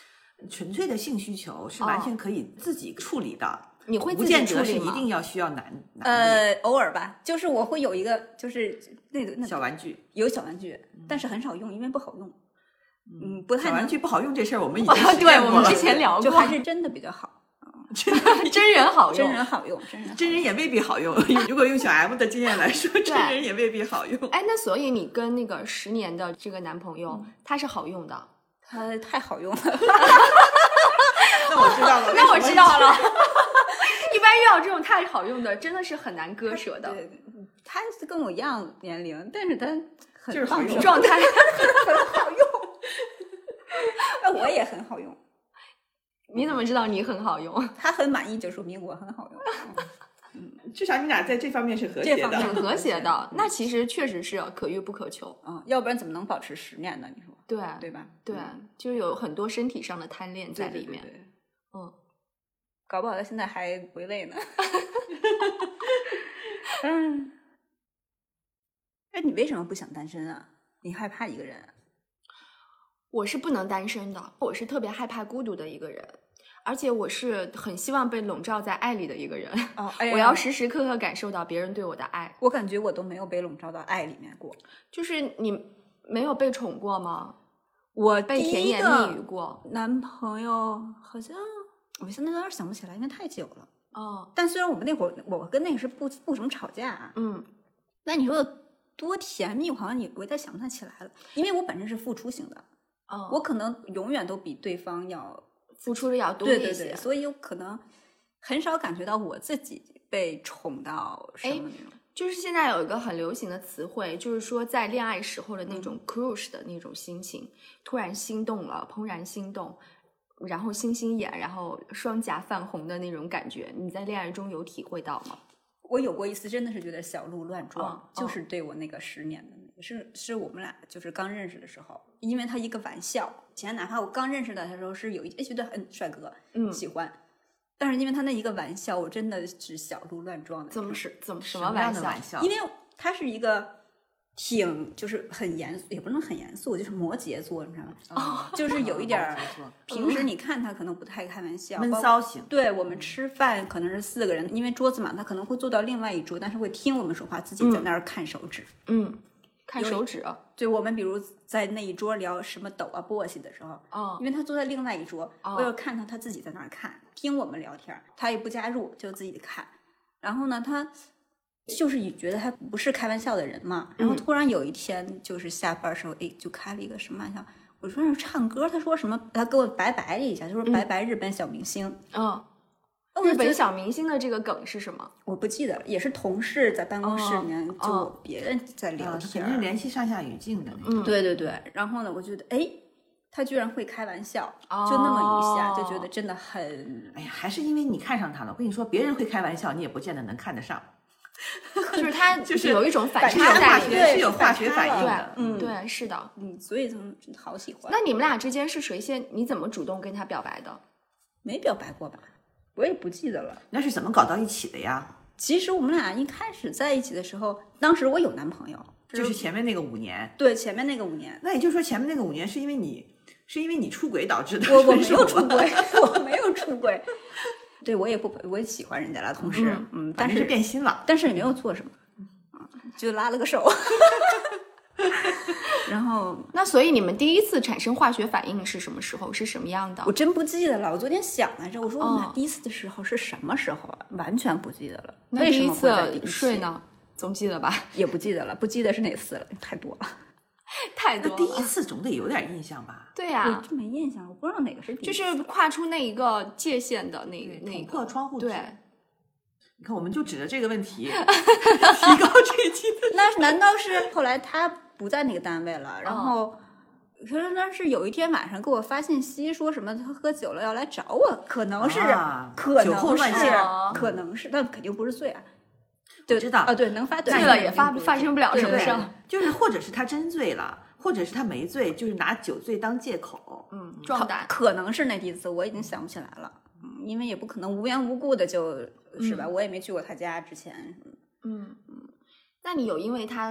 Speaker 3: 纯粹的性需求是完
Speaker 2: 哦
Speaker 3: 全可以自己处理的，
Speaker 2: 你会
Speaker 3: 不
Speaker 2: 自己
Speaker 3: 见
Speaker 2: 处
Speaker 3: 得是
Speaker 2: 理
Speaker 3: 一
Speaker 2: 吗？
Speaker 3: 定要需要男男的
Speaker 1: 呃，偶尔吧，就是我会有一个，就是那
Speaker 2: 呃
Speaker 1: 个那
Speaker 3: 小玩具。
Speaker 1: 有小玩具，但是很少用，因为不好用。嗯，不
Speaker 3: 小
Speaker 1: 太
Speaker 3: 玩
Speaker 1: 能，
Speaker 3: 具不好用这事儿，我们已经
Speaker 2: 啊
Speaker 3: 实
Speaker 2: 对
Speaker 3: 验
Speaker 2: 我
Speaker 3: 过
Speaker 2: 们之
Speaker 3: 了
Speaker 2: 前聊
Speaker 1: 就
Speaker 2: 过，
Speaker 1: 还是真的比较好，
Speaker 2: 真人好
Speaker 1: 真
Speaker 2: 用。
Speaker 1: 人好用，真人好
Speaker 3: 真人也未必 好用。如果用小 M 的经验来说，真人也未必好用。
Speaker 2: 哎，那所以你跟那个十年的这个男朋友，他是好用的。
Speaker 1: 它太好用了。
Speaker 3: 那我知道了，
Speaker 2: 那我
Speaker 3: 为什么
Speaker 2: 知道了。一般遇到这种太好用的，真的是很难割舍的
Speaker 1: 对，他嗯是跟我一样年龄，但是他很
Speaker 3: 就是好
Speaker 1: 棒
Speaker 3: 用
Speaker 1: 手
Speaker 2: 状态。
Speaker 1: 很好用。 那我也很好用，
Speaker 2: 你怎么知道你很好用？
Speaker 1: 他很满意就说明我很好用。
Speaker 3: 至少你俩在这方面是和
Speaker 1: 这
Speaker 3: 谐
Speaker 1: 方面
Speaker 3: 的。
Speaker 2: 很和谐的，那其实确实是可遇不可求。
Speaker 1: 嗯，要不然怎么能保持十年呢？你说
Speaker 2: 对
Speaker 1: 对吧？
Speaker 2: 对啊
Speaker 1: 嗯，
Speaker 2: 就是有很多身体上的贪恋在里面。。
Speaker 1: 对对对对
Speaker 2: 嗯，
Speaker 1: 搞不好他现在还回味 呢。嗯，哎，你为什么不想单身啊？你害怕一个人啊？
Speaker 2: 我是不能单身的，我是特别害怕孤独的一个人，而且我是很希望被笼罩在爱里的一个人。
Speaker 1: 哦，哎呀
Speaker 2: 我要时时刻刻感受到别人对我的爱。
Speaker 1: 我感觉我都没有被笼罩到爱里面过。
Speaker 2: 就是你没有被宠过吗？
Speaker 1: 我
Speaker 2: 被
Speaker 1: 第
Speaker 2: 甜
Speaker 1: 一
Speaker 2: 言
Speaker 1: 个
Speaker 2: 蜜语过？
Speaker 1: 男朋友好像我现在有点想不起来，因为太久了。
Speaker 2: 哦，
Speaker 1: 但虽然我们那会儿，我跟那个是不不怎么吵架啊，
Speaker 2: 嗯，
Speaker 1: 但你说多甜蜜，我好像也我也再想不太起来了，因为我本身是付出型的，
Speaker 2: 哦，
Speaker 1: 我可能永远都比对方要
Speaker 2: 嗯付出的要多
Speaker 1: 对
Speaker 2: 一
Speaker 1: 对
Speaker 2: 些。
Speaker 1: 对，所以有可能很少感觉到我自己被宠到什
Speaker 2: 哎
Speaker 1: 么那种。
Speaker 2: 就是现在有一个很流行的词汇，就是说在恋爱时候的那种 crush 的那种心情，突然心动了，怦然心动，然后星星眼，然后双颊泛红的那种感觉，你在恋爱中有体会到吗？
Speaker 1: 我有过一次真的是觉得小鹿乱撞，
Speaker 2: 哦
Speaker 1: 就是对我那个十年的那个是是我们俩就是刚认识的时候，因为他一个玩笑，以前哪怕我刚认识的时候是有一哎觉得很帅哥，
Speaker 2: 嗯
Speaker 1: 喜欢，但是因为他那一个玩笑，我真的是小鹿乱撞的那
Speaker 2: 怎么
Speaker 1: 种
Speaker 2: 是怎么什
Speaker 3: 什
Speaker 2: 么
Speaker 3: 么样
Speaker 2: 玩
Speaker 3: 的
Speaker 2: 笑？
Speaker 3: 玩笑？
Speaker 1: 因为他是一个挺就是很严肃，也不能很严肃，就是摩羯座，你知道吗？
Speaker 3: 哦
Speaker 1: 就是有一点儿
Speaker 3: 没错
Speaker 1: 平
Speaker 2: 嗯
Speaker 1: 时你看他可能不太开玩笑，
Speaker 3: 闷
Speaker 1: 包括
Speaker 3: 骚型，
Speaker 1: 对我们吃饭可能是四个人，因为桌子嘛，他可能会坐到另外一桌，但是会听我们说话，自己在那儿看手指。
Speaker 2: 嗯，看
Speaker 1: 有
Speaker 2: 手指，啊
Speaker 1: 对我们比如在那一桌聊什么抖啊、簸箕的时候，
Speaker 2: 嗯
Speaker 1: 因为他坐在另外一桌，
Speaker 2: 哦
Speaker 1: 我有看到他自己在那儿看，听我们聊天儿，他也不加入，就自己看。然后呢，他就是也觉得他不是开玩笑的人嘛。然后
Speaker 2: 嗯
Speaker 1: 突然有一天，就是下班儿时候，哎，就开了一个什么玩笑。我说是唱歌，他说什么？他给我拜拜了一下，就说拜拜日本小明星。
Speaker 2: 嗯，
Speaker 1: 我
Speaker 2: 日
Speaker 1: 就觉
Speaker 2: 本
Speaker 1: 得
Speaker 2: 小明星的这个梗是什么？
Speaker 1: 我不记得了，也是同事在办公室
Speaker 2: 哦
Speaker 1: 里面，就
Speaker 2: 哦
Speaker 1: 我别人在聊
Speaker 3: 啊，
Speaker 1: 天
Speaker 3: 肯
Speaker 1: 儿，
Speaker 3: 定联系上下语境的那种。
Speaker 2: 嗯，，
Speaker 1: 对对对，然后呢，我觉得哎，他居然会开玩笑，
Speaker 2: 哦
Speaker 1: 就那么一下，就觉得真的很，
Speaker 3: 哎呀，还是因为你看上他了。我跟你说，别人会开玩笑，你也不见得能看得上。
Speaker 2: 就是他
Speaker 3: 就是
Speaker 2: 有一种反
Speaker 1: 反差
Speaker 2: 差
Speaker 1: 的
Speaker 2: 在
Speaker 1: 化
Speaker 2: 里
Speaker 1: 学
Speaker 2: 面，
Speaker 1: 是有化学反应
Speaker 2: 对
Speaker 3: 的，
Speaker 1: 嗯
Speaker 2: 对，是的。
Speaker 1: 嗯，所以真的好喜欢。
Speaker 2: 那你们俩之间是谁先？你怎么主动跟他表白的？
Speaker 1: 没表白过吧？我也不记得了。
Speaker 3: 那是怎么搞到一起的呀？
Speaker 1: 其实我们俩一开始在一起的时候，当时我有男朋友，
Speaker 3: 就是前面那个五年。
Speaker 1: 对前面那个五年，
Speaker 3: 那也就是说，前面那个五年是因为你，是因为你出轨导致的。
Speaker 1: 我我没有出， 轨， 我没有出轨。 对我也不，我也喜欢人家了，同时，
Speaker 2: 嗯
Speaker 1: 嗯，但
Speaker 3: 但是
Speaker 1: 是
Speaker 3: 变心了。
Speaker 1: 但是也没有做什么，啊，就拉了个手。 然后
Speaker 2: 那所以你们第一次产生化学反应是什么时候？是什么样的
Speaker 1: 我？真不记得了，我昨天想来着，我说我们俩
Speaker 2: 哦
Speaker 1: 第一次的时候是什么时候啊？完全不记得了。
Speaker 2: 那
Speaker 1: 为什
Speaker 2: 第一
Speaker 1: 么会在第一次
Speaker 2: 次睡？呢？总记得吧？
Speaker 1: 也不记得了，不记得是哪次了，太多了，
Speaker 2: 太
Speaker 3: 那
Speaker 2: 多
Speaker 3: 第
Speaker 2: 了
Speaker 3: 一。次总得有点印象吧？
Speaker 2: 对呀、
Speaker 1: 我就没印象，我不知道哪个是第一
Speaker 2: 啊就
Speaker 1: 次
Speaker 2: 是跨出那一个界限的那
Speaker 3: 对
Speaker 2: 那
Speaker 3: 捅
Speaker 2: 个
Speaker 3: 破窗户纸
Speaker 2: 对，
Speaker 3: 你看，我们就指着这个问题提高这一期的。
Speaker 1: 那难道是后来他不在那个单位了？
Speaker 2: 哦
Speaker 1: 然后，可是那是有一天晚上给我发信息，说什么他喝酒了要来找我，可能是，
Speaker 3: 啊
Speaker 1: 可
Speaker 3: 酒后
Speaker 1: 能
Speaker 3: 乱
Speaker 1: 是
Speaker 3: 性，
Speaker 2: 哦
Speaker 1: 可能是，但肯定不是醉啊。对，
Speaker 3: 知道
Speaker 1: 啊，对，能发
Speaker 2: 醉
Speaker 1: 对
Speaker 2: 了也发发生不了什么
Speaker 1: 对
Speaker 2: 事
Speaker 1: 对
Speaker 2: 儿。
Speaker 3: 就是或者是他真醉了，或者是他没醉，就是拿酒醉当借口。
Speaker 2: 嗯，壮胆。
Speaker 1: 可能是那第一次，我已经想不起来了，嗯因为也不可能无缘无故的就，是吧？我也没去过他家之前，
Speaker 2: 嗯，那你有因为他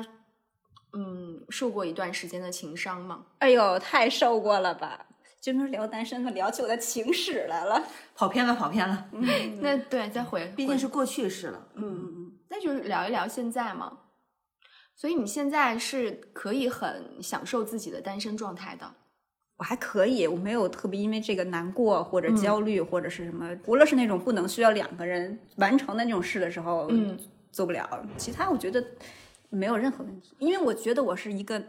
Speaker 2: 嗯受过一段时间的情伤吗？
Speaker 1: 哎呦，太受过了吧！这边聊单身的，聊起我的情史来了。
Speaker 3: 跑偏了，跑偏了，
Speaker 2: 那对，再回，
Speaker 3: 毕
Speaker 2: 回
Speaker 3: 竟是过去式了。
Speaker 1: 嗯嗯。
Speaker 2: 那就是聊一聊现在嘛。所以你现在是可以很享受自己的单身状态的。
Speaker 1: 我还可以，我没有特别因为这个难过或者焦虑、或者是什么，除了是那种不能需要两个人完成的那种事的时候，
Speaker 2: 嗯，
Speaker 1: 做不了，其他我觉得没有任何问题，因为我觉得我是一个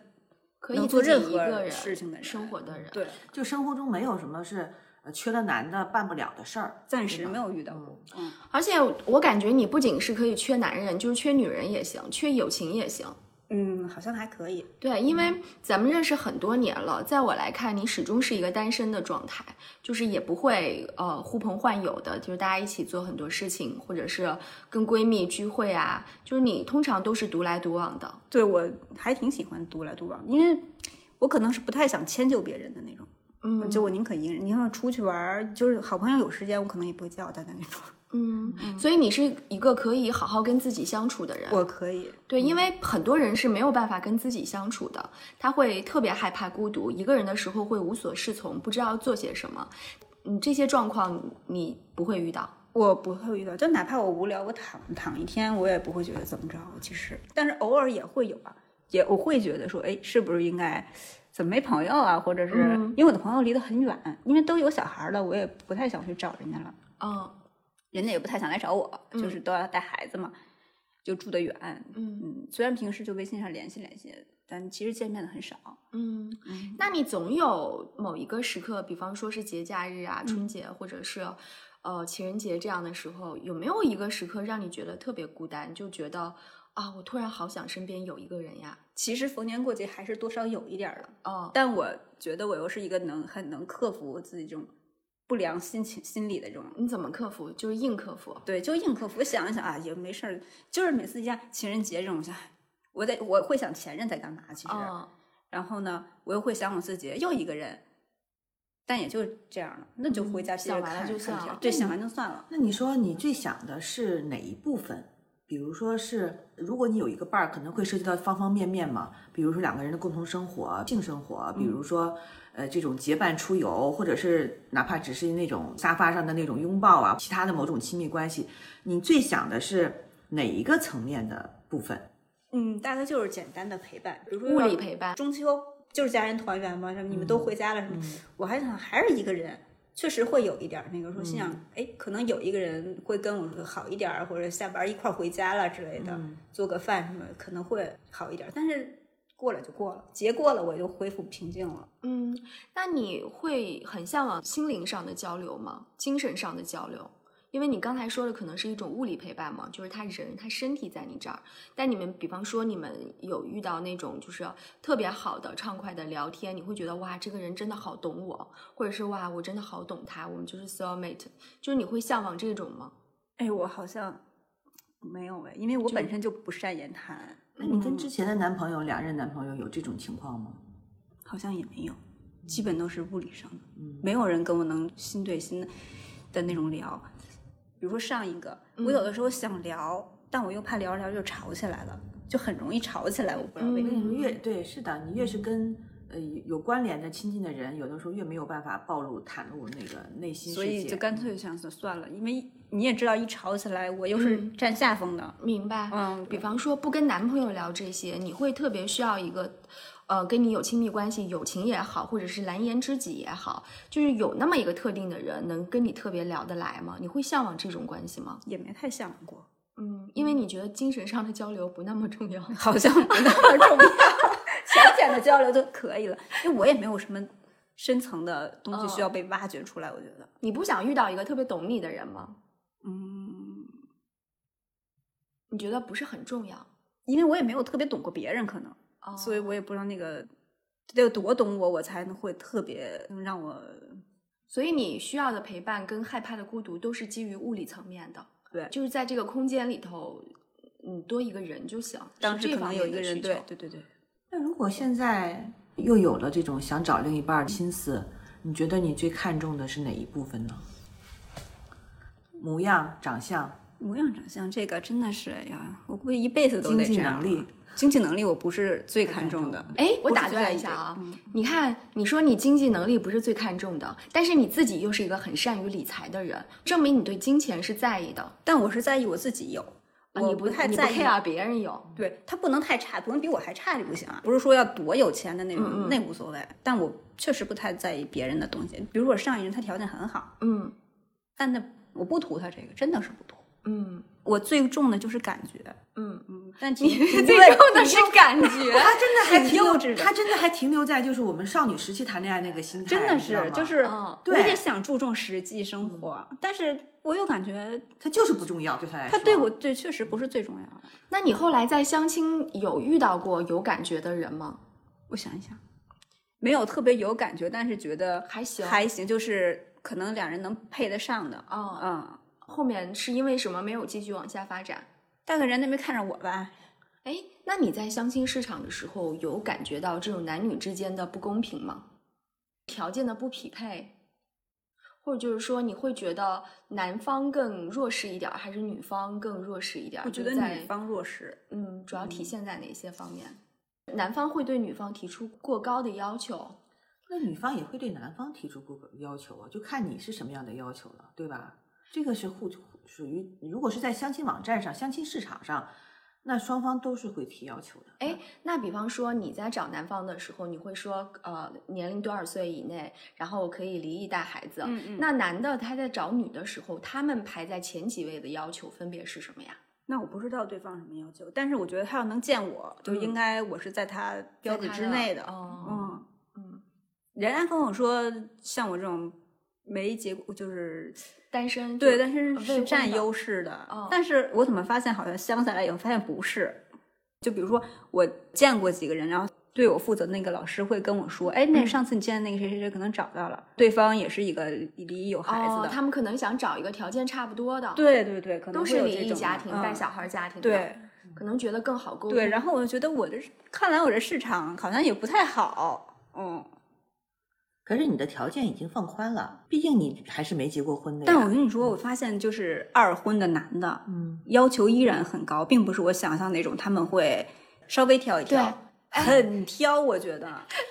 Speaker 2: 可以
Speaker 1: 能做
Speaker 2: 自己
Speaker 1: 任
Speaker 2: 一个
Speaker 1: 何
Speaker 2: 人
Speaker 1: 事情的人，
Speaker 2: 生活的人。
Speaker 1: 对，
Speaker 3: 就生活中没有什么是呃缺了男的办不了的事儿。
Speaker 1: 暂时没有遇到过，嗯，
Speaker 2: 而且啊我感觉你不仅是可以缺男人，就是缺女人也行，缺友情也行。
Speaker 1: 嗯，好像还可以，
Speaker 2: 对，因为咱们认识很多年了，在我来看，你始终是一个单身的状态，就是也不会呃呼朋唤友的，就是大家一起做很多事情，或者是跟闺蜜聚会啊，就是你通常都是独来独往的。
Speaker 1: 对我还挺喜欢独来独往，因为我可能是不太想迁就别人的那种，
Speaker 2: 嗯
Speaker 1: 就我宁可一个人，你要出去玩儿，就是好朋友有时间，我可能也不会叫他的那种，
Speaker 2: 嗯，所以你是一个可以好好跟自己相处的人。
Speaker 1: 我可以，
Speaker 2: 对，因为很多人是没有办法跟自己相处的，他会特别害怕孤独，一个人的时候会无所适从，不知道做些什么。嗯，这些状况你不会遇到。
Speaker 1: 我不会遇到，就哪怕我无聊，我躺躺一天，我也不会觉得怎么着。其实，但是偶尔也会有啊，也我会觉得说，哎，是不是应该怎么没朋友啊？或者是、
Speaker 2: 嗯
Speaker 1: 因为我的朋友离得很远，因为都有小孩了，我也不太想去找人家了，
Speaker 2: 嗯
Speaker 1: 人家也不太想来找我，
Speaker 2: 嗯
Speaker 1: 就是都要带孩子嘛，就住得远。
Speaker 2: 嗯
Speaker 1: 嗯，虽然平时就微信上联系联系，但其实见面的很少。
Speaker 2: 嗯，那你总有某一个时刻，比方说是节假日啊、春节，或者是呃情人节这样的时候，有没有一个时刻让你觉得特别孤单，就觉得啊，我突然好想身边有一个人呀？
Speaker 1: 其实逢年过节还是多少有一点儿的，
Speaker 2: 哦，
Speaker 1: 但我觉得我又是一个能很能克服自己这种。不良心情、心理的这种。
Speaker 2: 你怎么克服？就是硬克服。
Speaker 1: 对，就硬克服。想一想啊，也没事儿，就是每次一下情人节这种，我想我得我会想前任在干嘛，其实，
Speaker 2: 嗯，
Speaker 1: 然后呢，我又会想我自己又一个人，但也就这样了，那就回家接着
Speaker 2: 嗯想
Speaker 1: 看、
Speaker 2: 完了
Speaker 1: 看
Speaker 2: 就算
Speaker 1: 片
Speaker 2: 了嗯
Speaker 1: 对，想完就算了。
Speaker 3: 那你说你最想的是哪一部分？比如说是，如果你有一个伴儿，可能会涉及到方方面面嘛，比如说两个人的共同生活、性生活，比如说，呃，这种结伴出游，或者是哪怕只是那种沙发上的那种拥抱啊，其他的某种亲密关系，你最想的是哪一个层面的部分？
Speaker 1: 嗯，大概就是简单的陪伴，嗯比如说
Speaker 2: 物理
Speaker 1: 要
Speaker 2: 陪伴。
Speaker 1: 中秋就是家人团圆嘛，什么你们都回家了什么，我还想还是一个人，确实会有一点儿那个说心想，哎、可能有一个人会跟我说好一点儿，或者下班一块儿回家了之类的，做个饭什么可能会好一点儿，但是过了就过了，节过了我就恢复平静了。
Speaker 2: 嗯，那你会很向往心灵上的交流吗？精神上的交流？因为你刚才说的可能是一种物理陪伴嘛，就是他人他身体在你这儿，但你们比方说你们有遇到那种就是特别好的畅快的聊天，你会觉得哇这个人真的好懂我，或者是哇我真的好懂他，我们就是 soul mate，就是你会向往这种吗？
Speaker 1: 哎，我好像没有哎，因为我本身就不善言谈，
Speaker 3: 那你跟之前的男朋友，两任男朋友有这种情况吗？
Speaker 1: 好像也没有，基本都是物理上的，没有人跟我能心对心的那种聊。比如说上一个，我有的时候想聊，但我又怕聊着聊着就吵起来了，就很容易吵起来。我不知道为什么。
Speaker 3: 你们越对是的，你越是跟呃有关联的亲近的人，有的时候越没有办法暴露、袒露那个内心世
Speaker 1: 所
Speaker 3: 界。
Speaker 1: 以就干脆想说算了，因为你也知道，一吵起来我又是占下风的。
Speaker 2: 明白，
Speaker 1: 嗯
Speaker 2: 比方说不跟男朋友聊这些，你会特别需要一个，呃，跟你有亲密关系、友情也好，或者是蓝颜知己也好，就是有那么一个特定的人能跟你特别聊得来吗？你会向往这种关系吗？
Speaker 1: 也没太向往过，
Speaker 2: 嗯，因为你觉得精神上的交流不那么重要。
Speaker 1: 好像不那么重要， 浅浅的交流就可以了。因为我也没有什么深层的东西需要被挖掘出来，我觉得。
Speaker 2: 你不想遇到一个特别懂你的人吗？
Speaker 1: 嗯，
Speaker 2: 你觉得不是很重要？
Speaker 1: 因为我也没有特别懂过别人，可能，
Speaker 2: 哦
Speaker 1: 所以我也不知道那个得有多懂我，我才能会特别嗯让我
Speaker 2: 所以你需要的陪伴跟害怕的孤独都是基于物理层面的，
Speaker 1: 对
Speaker 2: 就是在这个空间里头，嗯，多一个人就行。是
Speaker 1: 当时
Speaker 2: 这
Speaker 1: 可
Speaker 2: 方
Speaker 1: 能有
Speaker 2: 面
Speaker 1: 一个
Speaker 2: 的
Speaker 1: 人
Speaker 2: 需
Speaker 1: 对
Speaker 2: 求
Speaker 1: 对对对，
Speaker 3: 那如果现在又有了这种想找另一半的心思，你觉得你最看重的是哪一部分呢？模样、长相、
Speaker 1: 模样长相这个真的是哎呀，我估计一辈子都
Speaker 3: 经
Speaker 1: 得
Speaker 3: 济
Speaker 1: 这样啊
Speaker 3: 能
Speaker 1: 了。
Speaker 3: 力，
Speaker 1: 经济能力我不是最看重的，
Speaker 2: 哎，
Speaker 1: 不
Speaker 2: 我
Speaker 1: 是
Speaker 2: 打
Speaker 1: 最
Speaker 2: 断
Speaker 1: 在
Speaker 2: 一
Speaker 1: 意
Speaker 2: 下
Speaker 1: 这个嗯
Speaker 2: 啊，你看，你说你经济能力不是最看重的，但是你自己又是一个很善于理财的人，证明你对金钱是在意的。啊
Speaker 1: 但我是在意我自己有，我
Speaker 2: 你不
Speaker 1: 太
Speaker 2: 你
Speaker 1: 在
Speaker 2: 不
Speaker 1: 意
Speaker 2: care 别人有，
Speaker 1: 对他不能太差，不能比我还差就不行啊。不是说要多有钱的那种，那无所谓。但我确实不太在意别人的东西，比如我上一任他条件很好，
Speaker 2: 嗯
Speaker 1: 但那我不图他这个，真的是不图。
Speaker 2: 嗯
Speaker 1: 我最重的就是感觉，
Speaker 2: 嗯，
Speaker 1: 嗯，但你
Speaker 2: 最重的是感觉。
Speaker 3: 他真的还
Speaker 1: 挺
Speaker 3: 停
Speaker 1: 幼
Speaker 3: 留，
Speaker 1: 稚的
Speaker 3: 他真的还停留在就是我们少女时期谈恋爱那个心态，
Speaker 1: 真的
Speaker 3: 你知道
Speaker 1: 是
Speaker 3: 吗
Speaker 1: 就是，
Speaker 2: 嗯
Speaker 1: 我
Speaker 3: 对
Speaker 1: 也想注重实际生活，但是我又感觉
Speaker 3: 他就是不重要，对他来说，
Speaker 1: 他对我对确实不是最重要的。
Speaker 2: 那你后来在相亲有遇到过有感觉的人吗？
Speaker 1: 我想一想，没有特别有感觉，但是觉得
Speaker 2: 还行
Speaker 1: 还行，就是可能两人能配得上的。
Speaker 2: 哦
Speaker 1: 嗯，
Speaker 2: 后面是因为什么没有继续往下发展？
Speaker 1: 大概人家没看上我吧？
Speaker 2: 哎，那你在相亲市场的时候有感觉到这种男女之间的不公平吗？条件的不匹配，或者就是说你会觉得男方更弱势一点儿，还是女方更弱势一点儿？
Speaker 1: 我觉
Speaker 2: 就
Speaker 1: 得
Speaker 2: 在
Speaker 1: 女方弱势，
Speaker 2: 嗯，主要体现在哪些方面？男方会对女方提出过高的要求，
Speaker 3: 那女方也会对男方提出过要求啊，就看你是什么样的要求了，对吧？这个是互属于，如果是在相亲网站上、相亲市场上，那双方都是会提要求的。
Speaker 2: 哎，那比方说你在找男方的时候，你会说呃年龄多少岁以内，然后可以离异带孩子。
Speaker 1: 嗯嗯
Speaker 2: 那男的他在找女的时候，他们排在前几位的要求分别是什么呀？
Speaker 1: 那我不知道对方什么要求，但是我觉得他要能见我，
Speaker 2: 嗯
Speaker 1: 就应该我是在他标准之内的。
Speaker 2: 哦，
Speaker 1: 嗯，
Speaker 2: 嗯，
Speaker 1: 人家跟我说，像我这种没结果，就是
Speaker 2: 单身
Speaker 1: 对，
Speaker 2: 就
Speaker 1: 但是
Speaker 2: 未
Speaker 1: 是
Speaker 2: 婚
Speaker 1: 呃占
Speaker 2: 的
Speaker 1: 优势的。
Speaker 2: 哦
Speaker 1: 但是我怎么发现好像相下来以后发现不是？就比如说我见过几个人，然后对我负责的那个老师会跟我说，哎，
Speaker 2: 嗯
Speaker 1: 那上次你见的那个谁谁谁可能找到了，对方也是一个离异有孩子
Speaker 2: 哦
Speaker 1: 的，，
Speaker 2: 他们可能想找一个条件差不多的，
Speaker 1: 对对对，可能
Speaker 2: 都
Speaker 1: 会
Speaker 2: 是
Speaker 1: 有
Speaker 2: 离
Speaker 1: 这
Speaker 2: 异
Speaker 1: 种
Speaker 2: 家
Speaker 1: 的
Speaker 2: 庭
Speaker 1: 嗯
Speaker 2: 带小孩家庭的，
Speaker 1: 对，
Speaker 2: 可能觉得更好沟通。
Speaker 1: 对，然后我就觉得我的看来我这市场好像也不太好，嗯，
Speaker 3: 可是你的条件已经放宽了，毕竟你还是没结过婚的呀。
Speaker 2: 啊
Speaker 1: 但我跟你说，我发现就是二婚的男的
Speaker 3: 嗯，
Speaker 1: 要求依然很高，并不是我想象那种他们会稍微挑一
Speaker 2: 对哎
Speaker 1: 挑，很挑，我觉得，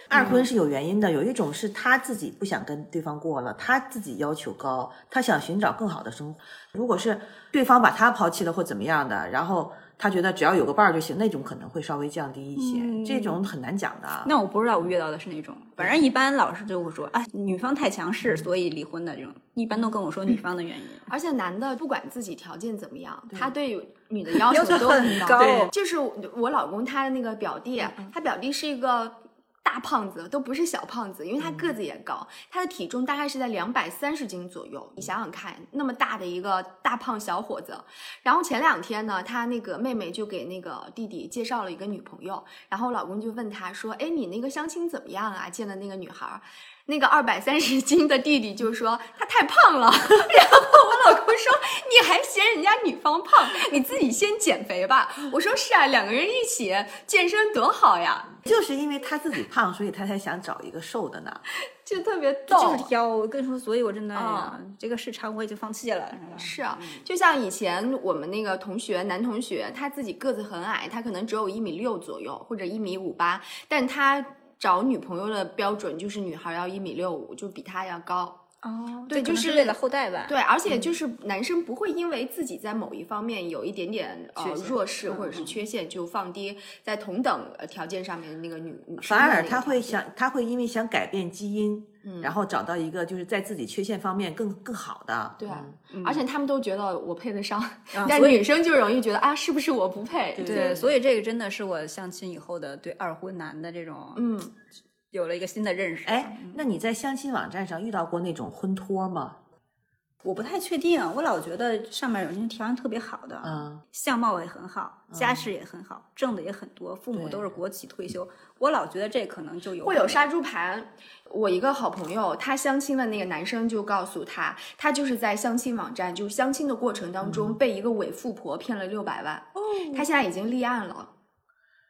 Speaker 3: 二婚是有原因的，有一种是他自己不想跟对方过了，他自己要求高，他想寻找更好的生活。如果是对方把他抛弃了或怎么样的，然后他觉得只要有个伴儿就行，那种可能会稍微降低一些，
Speaker 1: 嗯
Speaker 3: 这种很难讲的。啊
Speaker 1: 那我不知道我遇到的是哪种，反正一般老师就会说，啊，女方太强势，所以离婚的这种，一般都跟我说女方的原因。
Speaker 2: 而且男的不管自己条件怎么样，
Speaker 3: 对
Speaker 2: 他嗯对女的要
Speaker 1: 要
Speaker 2: 求
Speaker 1: 求
Speaker 2: 都
Speaker 1: 很
Speaker 2: 很嗯
Speaker 1: 高
Speaker 2: 对就是我老公他的那个表弟，他表弟是一个。大胖子都不是小胖子，因为他个子也高，他的体重大概是在两百三十斤左右。你想想看，那么大的一个大胖小伙子，然后前两天呢，他那个妹妹就给那个弟弟介绍了一个女朋友，然后我老公就问他说：“哎，你那个相亲怎么样啊？见的那个女孩儿？”那个二百三十斤的弟弟就说：“她太胖了。” 然后我老公说：“你还嫌人家女方胖，你自己先减肥吧。”我说：“是啊，两个人一起健身多好呀，
Speaker 3: 就是因为他自己胖，所以他才想找一个瘦的呢。
Speaker 2: 就特别
Speaker 1: 就
Speaker 2: 逗。”
Speaker 1: 是挑，我跟你说，所以我真的、哎呀
Speaker 2: 啊
Speaker 1: 这个市场我已经放弃了，是吧？
Speaker 2: 是啊，就像以前我们那个同学，男同学，他自己个子很矮，他可能只有一米六左右或者一米五八，但他找女朋友的标准就是女孩要一米六五，就比他要高。
Speaker 1: 哦，这
Speaker 2: 对
Speaker 1: 可
Speaker 2: 就
Speaker 1: 能
Speaker 2: 是
Speaker 1: 为了后代吧。
Speaker 2: 对，而且
Speaker 3: 嗯
Speaker 2: 就是男生不会因为自己在某一方面有一点点呃
Speaker 3: 缺陷嗯
Speaker 2: 弱势或者是缺陷，就放低在同等呃条件上面那个女女生
Speaker 3: 反
Speaker 2: 的那
Speaker 3: 而
Speaker 2: 个
Speaker 3: 他会
Speaker 2: 条件
Speaker 3: 想，他会因为想改变基因，
Speaker 2: 嗯
Speaker 3: 然后找到一个就是在自己缺陷方面更更好的。
Speaker 2: 对啊
Speaker 3: 嗯，
Speaker 2: 而且他们都觉得我配得上，
Speaker 1: 啊
Speaker 2: 但
Speaker 1: 所以
Speaker 2: 女生就容易觉得啊，是不是我不配？对
Speaker 1: 对，所以这个真的是我相亲以后的对二婚男的这种，
Speaker 2: 嗯，
Speaker 1: 有了一个新的认识。
Speaker 3: 哎，那你在相亲网站上遇到过那种婚托吗？
Speaker 1: 我不太确定，我老觉得上面有那些条件特别好的，
Speaker 3: 嗯，
Speaker 1: 相貌也很好，家世也很好，挣的也很多，父母
Speaker 3: 对
Speaker 1: 都是国企退休，我老觉得这可能就有
Speaker 2: 会有杀猪盘。我一个好朋友，她相亲的那个男生就告诉她，她就是在相亲网站，就是相亲的过程当
Speaker 3: 嗯
Speaker 2: 中被一个伪富婆骗了六百万，
Speaker 1: 哦，
Speaker 2: 她现在已经立案了。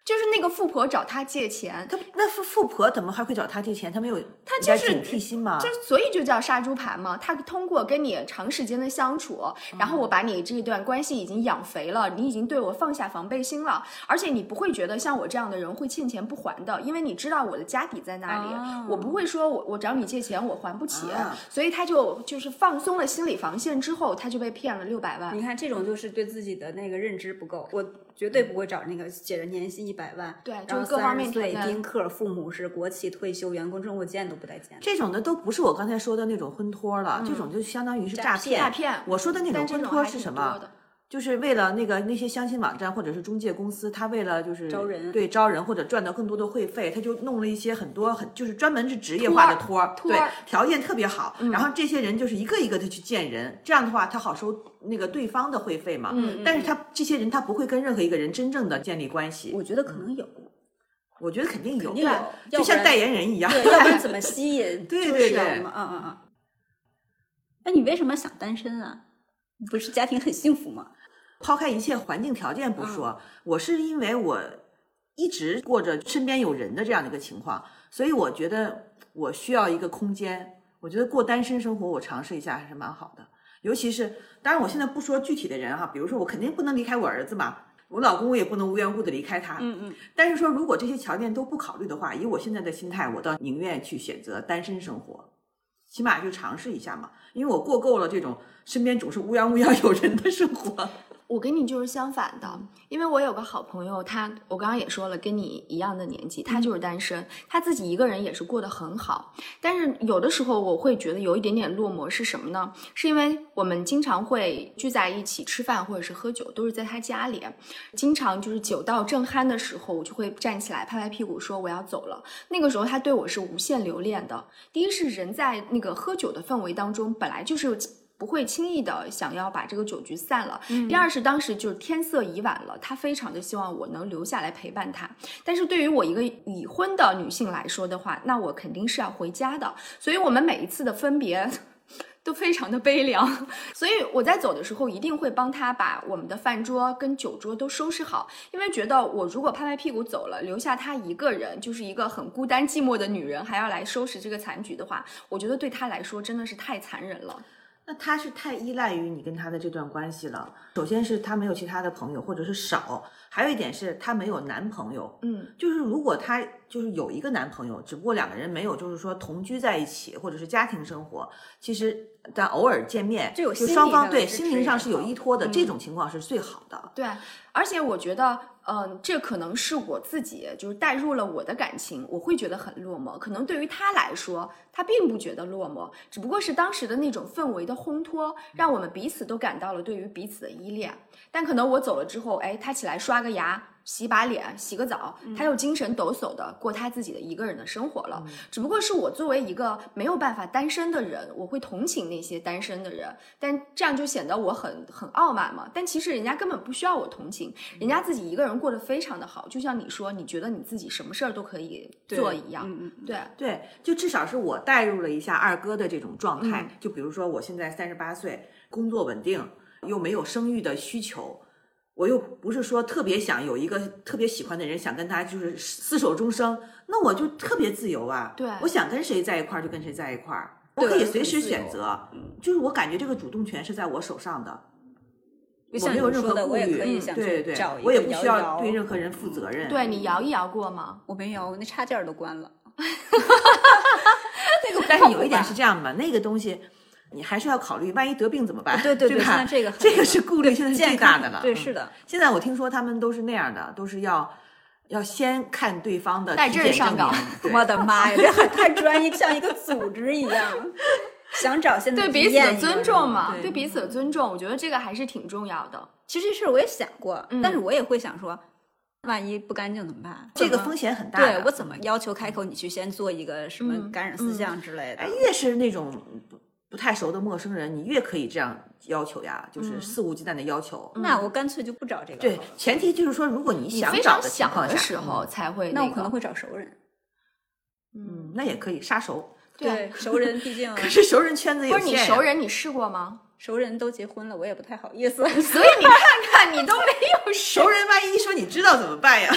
Speaker 2: 就是那个富婆找她借钱，
Speaker 3: 他那富富婆怎么还会找他借钱？他没有他
Speaker 2: 就
Speaker 3: 警
Speaker 2: 是
Speaker 3: 惕心吗？
Speaker 2: 就所以就叫杀猪盘嘛。她通过跟你长时间的相处，
Speaker 3: 嗯
Speaker 2: 然后我把你这段关系已经养肥了，你已经对我放下防备心了，而且你不会觉得像我这样的人会欠钱不还的，因为你知道我的家底在那里，
Speaker 1: 哦
Speaker 2: 我不会说我我找你借钱我还不起，
Speaker 3: 啊
Speaker 2: 所以他就就是放松了心理防线之后，他就被骗了六百万。
Speaker 1: 你看这种就是对自己的那个认知不够，我绝对不会找那个写着年薪一百万，
Speaker 2: 对
Speaker 1: 然
Speaker 2: 就
Speaker 1: 后
Speaker 2: 是各方面
Speaker 1: 30岁
Speaker 2: 条件
Speaker 1: 丁克，父母是国企退休员工，这种我见都不带见的。
Speaker 3: 这种的都不是我刚才说的那种婚托了，这种就相当于是诈骗。
Speaker 2: 嗯诈骗嗯
Speaker 3: 我说的那
Speaker 2: 但
Speaker 3: 种
Speaker 2: 这
Speaker 3: 婚
Speaker 2: 种
Speaker 3: 托
Speaker 2: 还
Speaker 3: 是
Speaker 2: 挺
Speaker 3: 什
Speaker 2: 多
Speaker 3: 么
Speaker 2: 的？
Speaker 3: 就是为了那个那些相亲网站或者是中介公司，他为了就是
Speaker 1: 招人
Speaker 3: 对招人或者赚到更多的会费，他就弄了一些很多很就是专门是职业化的托儿，
Speaker 2: 托儿
Speaker 3: 对，条件特别好。然后这些人就是一个一个的去见人，这样的话他好收那个对方的会费嘛。
Speaker 2: 嗯嗯
Speaker 3: 但是他这些人他不会跟任何一个人真正的建立关系，
Speaker 1: 我觉得可
Speaker 3: 嗯
Speaker 1: 能有，
Speaker 3: 我觉得肯定有，
Speaker 1: 定有要
Speaker 3: 就
Speaker 1: 不
Speaker 3: 像
Speaker 1: 然
Speaker 3: 代言人一样。
Speaker 1: 对，要不然怎么吸引？
Speaker 3: 对
Speaker 1: 就
Speaker 3: 对
Speaker 1: 是啊
Speaker 3: 对
Speaker 1: 我们嗯嗯嗯。那你为什么想单身啊？不是家庭很幸福吗？
Speaker 3: 抛开一切环境条件不说，我是因为我一直过着身边有人的这样的一个情况，所以我觉得我需要一个空间。我觉得过单身生活，我尝试一下还是蛮好的。尤其是，当然我现在不说具体的人哈，比如说我肯定不能离开我儿子嘛，我老公我也不能无缘无故的离开他。
Speaker 1: 嗯嗯，
Speaker 3: 但是说如果这些条件都不考虑的话，以我现在的心态，我倒宁愿去选择单身生活。起码就尝试一下嘛，因为我过够了这种身边总是乌泱乌泱 有人的生活。
Speaker 2: 我跟你就是相反的，因为我有个好朋友，他我刚刚也说了，跟你一样的年纪，他就是单身，他自己一个人也是过得很好。但是有的时候我会觉得有一点点落寞，是什么呢？是因为我们经常会聚在一起吃饭或者是喝酒，都是在他家里，经常就是酒到正酣的时候，我就会站起来拍拍屁股说我要走了。那个时候他对我是无限留恋的。第一是人在那个喝酒的氛围当中，本来就是。不会轻易的想要把这个酒局散了。第二是当时就是天色已晚了，他非常的希望我能留下来陪伴他。但是对于我一个已婚的女性来说的话，那我肯定是要回家的。所以我们每一次的分别 都非常的悲凉，所以我在走的时候一定会帮他把我们的饭桌跟酒桌都收拾好，因为觉得我如果拍拍屁股走了，留下他一个人，就是一个很孤单寂寞的女人，还要来收拾这个残局的话，我觉得对他来说真的是太残忍了。
Speaker 3: 那他是太依赖于你跟他的这段关系了。首先是他没有其他的朋友，或者是少；还有一点是他没有男朋友。
Speaker 2: 嗯，
Speaker 3: 就是如果他就是有一个男朋友，只不过两个人没有就是说同居在一起，或者是家庭生活，其实但偶尔见面，
Speaker 1: 就有心
Speaker 3: 双
Speaker 1: 理
Speaker 3: 方
Speaker 1: 上
Speaker 3: 对
Speaker 1: 的支
Speaker 3: 心
Speaker 1: 持
Speaker 3: 灵
Speaker 1: 也
Speaker 3: 上是有
Speaker 1: 好嗯
Speaker 3: 依托的，这种情况是最好的。
Speaker 2: 对，而且我觉得，嗯、这可能是我自己就是带入了我的感情，我会觉得很落寞。可能对于他来说，他并不觉得落寞，只不过是当时的那种氛围的烘托，让我们彼此都感到了对于彼此的依恋。但可能我走了之后，哎，他起来刷个牙。洗把脸，洗个澡，
Speaker 1: 嗯
Speaker 2: 他又精神抖擞的过他自己的一个人的生活了。只不过是我作为一个没有办法单身的人，我会同情那些单身的人，但这样就显得我很很傲慢嘛。但其实人家根本不需要我同情，
Speaker 1: 嗯
Speaker 2: 人家自己一个人过得非常的好。就像你说，你觉得你自己什么事儿都可以做一样，
Speaker 1: 嗯嗯，
Speaker 2: 对
Speaker 3: 对，就至少是我带入了一下二哥的这种状态。
Speaker 2: 嗯
Speaker 3: 就比如说，我现在三十八岁，工作稳定，又没有生育的需求，我又不是说特别想有一个特别喜欢的人，想跟他就是厮守终生，那我就特别自由啊。
Speaker 2: 对
Speaker 3: 我想跟谁在一块儿就跟谁在一块儿，我
Speaker 1: 对
Speaker 3: 可以
Speaker 1: 很
Speaker 3: 随时
Speaker 1: 自
Speaker 3: 选
Speaker 1: 由嗯
Speaker 3: 择，就是我感觉这个主动权是在我手上的。
Speaker 1: 就
Speaker 3: 我
Speaker 1: 像
Speaker 3: 没有
Speaker 1: 你
Speaker 3: 任
Speaker 1: 说
Speaker 3: 何
Speaker 1: 的，
Speaker 3: 顾
Speaker 1: 我也
Speaker 3: 虑，
Speaker 1: 可以
Speaker 3: 嗯
Speaker 1: 想
Speaker 3: 对
Speaker 1: 去
Speaker 3: 对
Speaker 1: 找，一
Speaker 3: 我也
Speaker 1: 个嗯
Speaker 3: 不
Speaker 1: 摇
Speaker 3: 需
Speaker 1: 一
Speaker 3: 要
Speaker 1: 摇。
Speaker 3: 对任何人负责任。
Speaker 2: 对你摇一摇过吗？
Speaker 1: 我没有，我那插件儿都关了。
Speaker 3: 那个， 但是有一点是这样嘛，那个东西你还是要考虑，万一得病怎么办？
Speaker 1: 对对对，现
Speaker 3: 吧
Speaker 1: 在这个很
Speaker 3: 这个是顾虑现在是最
Speaker 1: 健
Speaker 3: 大
Speaker 1: 康
Speaker 3: 的了。
Speaker 1: 对，
Speaker 3: 嗯
Speaker 1: 是。的，
Speaker 3: 现在我听说他们都是那样的，都是要要先看对方的
Speaker 2: 带
Speaker 3: 体
Speaker 2: 证
Speaker 3: 检
Speaker 2: 上
Speaker 3: 证
Speaker 2: 岗
Speaker 3: 明对
Speaker 1: 我的妈呀，这还太专业，像一个组织一样，想找现在
Speaker 2: 对
Speaker 1: 去
Speaker 2: 彼此
Speaker 1: 验
Speaker 2: 的
Speaker 1: 一
Speaker 2: 尊
Speaker 1: 验
Speaker 2: 重嘛，
Speaker 3: 对
Speaker 2: 对彼此的尊重，我觉得这个还是挺重要的。
Speaker 1: 其实这事儿我也想过，
Speaker 2: 嗯
Speaker 1: 但是我也会想说，万一不干净怎么办？
Speaker 3: 这个
Speaker 1: 怎么
Speaker 3: 风险很大的。
Speaker 1: 对我怎么要求开口，你去先做一个什么
Speaker 2: 嗯
Speaker 1: 感染四项之类的
Speaker 3: 哎，？越是那种不不太熟的陌生人，你越可以这样要求呀，就是
Speaker 2: 嗯
Speaker 3: 肆无忌惮的要求。
Speaker 1: 那我干脆就不找这个。
Speaker 3: 对，，前提就是说，如果你
Speaker 2: 你
Speaker 3: 想
Speaker 2: 非
Speaker 3: 找
Speaker 2: 常
Speaker 3: 的情
Speaker 2: 想
Speaker 3: 况下，
Speaker 2: 的时候才
Speaker 1: 那
Speaker 2: 会、嗯那
Speaker 1: 我
Speaker 2: 个
Speaker 1: 可能会找熟人。
Speaker 3: 嗯，那也可以杀熟。
Speaker 2: 对
Speaker 1: 熟人毕竟
Speaker 3: 可是熟人圈子有
Speaker 2: 不
Speaker 3: 限
Speaker 2: 是你
Speaker 3: 呀
Speaker 2: 熟人，你试过吗？
Speaker 1: 熟人都结婚了，我也不太好意思。
Speaker 2: 所以你看看，你都没有熟
Speaker 3: 熟人万一说你知道怎么办呀？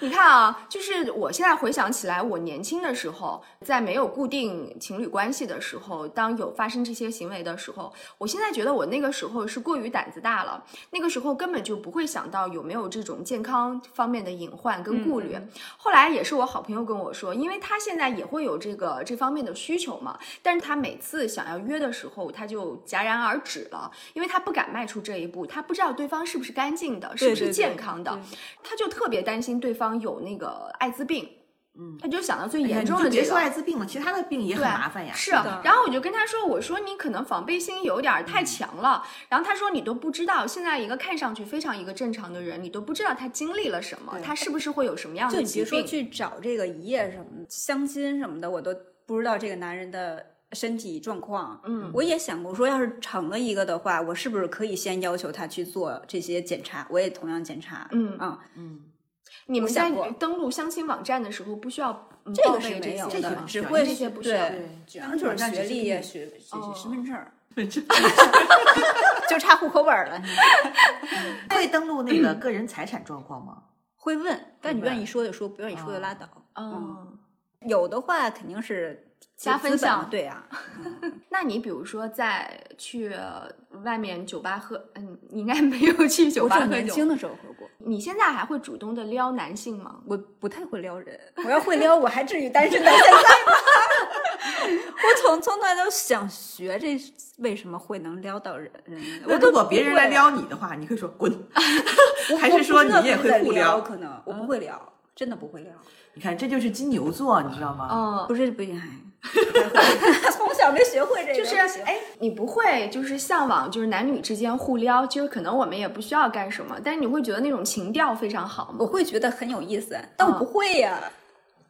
Speaker 2: 你看啊，就是我现在回想起来，我年轻的时候，在没有固定情侣关系的时候，当有发生这些行为的时候，我现在觉得我那个时候是过于胆子大了，那个时候根本就不会想到有没有这种健康方面的隐患
Speaker 1: 嗯
Speaker 2: 跟顾虑。后来也是我好朋友跟我说，因为他现在也会有这个这方面的需求嘛，但是他每次想要约的时候，他就戛然而止了，因为他不敢迈出这一步，他不知道对方是不是干净的，是
Speaker 1: 对
Speaker 2: 不是
Speaker 1: 对
Speaker 2: 健康的。
Speaker 1: 对
Speaker 2: 他就特别担心对方有那个艾滋病，嗯，他就想到最
Speaker 3: 哎呀
Speaker 2: 严
Speaker 3: 你
Speaker 2: 重
Speaker 3: 就
Speaker 2: 的
Speaker 3: 别
Speaker 2: 这
Speaker 3: 说
Speaker 2: 个。
Speaker 3: 艾滋病了，其他的病也很
Speaker 1: 啊
Speaker 2: 对
Speaker 3: 麻烦呀。
Speaker 2: 是，
Speaker 1: 的嗯
Speaker 2: 然后我就跟他说：“我说你可能防备心有点儿太强了。”然后他说：“你都不知道，现在一个看上去非常一个正常的人，你都不知道他经历了什么，
Speaker 1: 对
Speaker 2: 他是不是会有什么样
Speaker 1: 就
Speaker 2: 的
Speaker 1: 你
Speaker 2: 疾
Speaker 1: 别说
Speaker 2: 病？”
Speaker 1: 去找这个一夜什么相亲什么的，我都不知道这个男人的身体状况。
Speaker 2: 嗯，
Speaker 1: 我也想过说，要是成了一个的话，我是不是可以先要求他去做这些检查？我也同样检查。
Speaker 2: 嗯
Speaker 1: 啊，
Speaker 3: 嗯，
Speaker 2: 你们
Speaker 1: 我想
Speaker 2: 在
Speaker 1: 过
Speaker 2: 登录相亲网站的时候，不需要嗯
Speaker 1: 这
Speaker 2: 报
Speaker 1: 个
Speaker 2: 备
Speaker 1: 是没有
Speaker 2: 些的
Speaker 3: 这些
Speaker 1: 的
Speaker 2: 吗，
Speaker 3: 不？需
Speaker 1: 只
Speaker 3: 要
Speaker 1: 会
Speaker 2: 这些不需要
Speaker 1: 对，主要就是学历呀、
Speaker 3: 网站只
Speaker 1: 学学
Speaker 3: 嗯
Speaker 2: 哦
Speaker 1: 身份证 儿，
Speaker 3: 对，
Speaker 1: 就差户口本儿了。你
Speaker 3: 会登录那 个个人财产状况吗？
Speaker 1: 会问，但你
Speaker 3: 明白
Speaker 1: 愿意说就说，不愿意说就
Speaker 3: 哦
Speaker 1: 拉倒。
Speaker 2: 嗯，
Speaker 1: 有的话肯定是
Speaker 2: 加分
Speaker 1: 资本嘛
Speaker 2: 项
Speaker 1: 对啊呀、
Speaker 2: 那你比如说在去外面酒吧喝，嗯，你应该没有去酒
Speaker 1: 我只
Speaker 2: 吧
Speaker 1: 有
Speaker 2: 喝
Speaker 1: 年
Speaker 2: 酒
Speaker 1: 轻的时候喝过。
Speaker 2: 你现在还会主动的撩男性吗？
Speaker 1: 我不太会撩人，我要会撩，我还至于单身到现在吗？ 我从从来都想学这为什么会能撩到人，
Speaker 3: 那
Speaker 1: 我
Speaker 3: 如
Speaker 1: 都
Speaker 3: 果
Speaker 1: 不
Speaker 3: 别人
Speaker 1: 会
Speaker 3: 来撩你的话，你会说滚。
Speaker 1: 我
Speaker 3: 还
Speaker 1: 我
Speaker 3: 是
Speaker 1: 不
Speaker 3: 说
Speaker 1: 知道
Speaker 3: 你也
Speaker 1: 自
Speaker 3: 会
Speaker 1: 己在
Speaker 3: 互
Speaker 1: 撩
Speaker 3: 撩
Speaker 1: 可能嗯我不会撩，真的不会撩，
Speaker 3: 你看，这就是金牛座，你知道
Speaker 1: 哦
Speaker 3: 吗？
Speaker 2: 嗯，
Speaker 1: 不是 不行，哎从小没学会这个，
Speaker 2: 就是哎，你不会就是向往就是男女之间互撩，就是可能我们也不需要干什么，但是你会觉得那种情调非常好
Speaker 1: 我
Speaker 2: 吗？
Speaker 1: 会觉得很有意思，但我不会呀、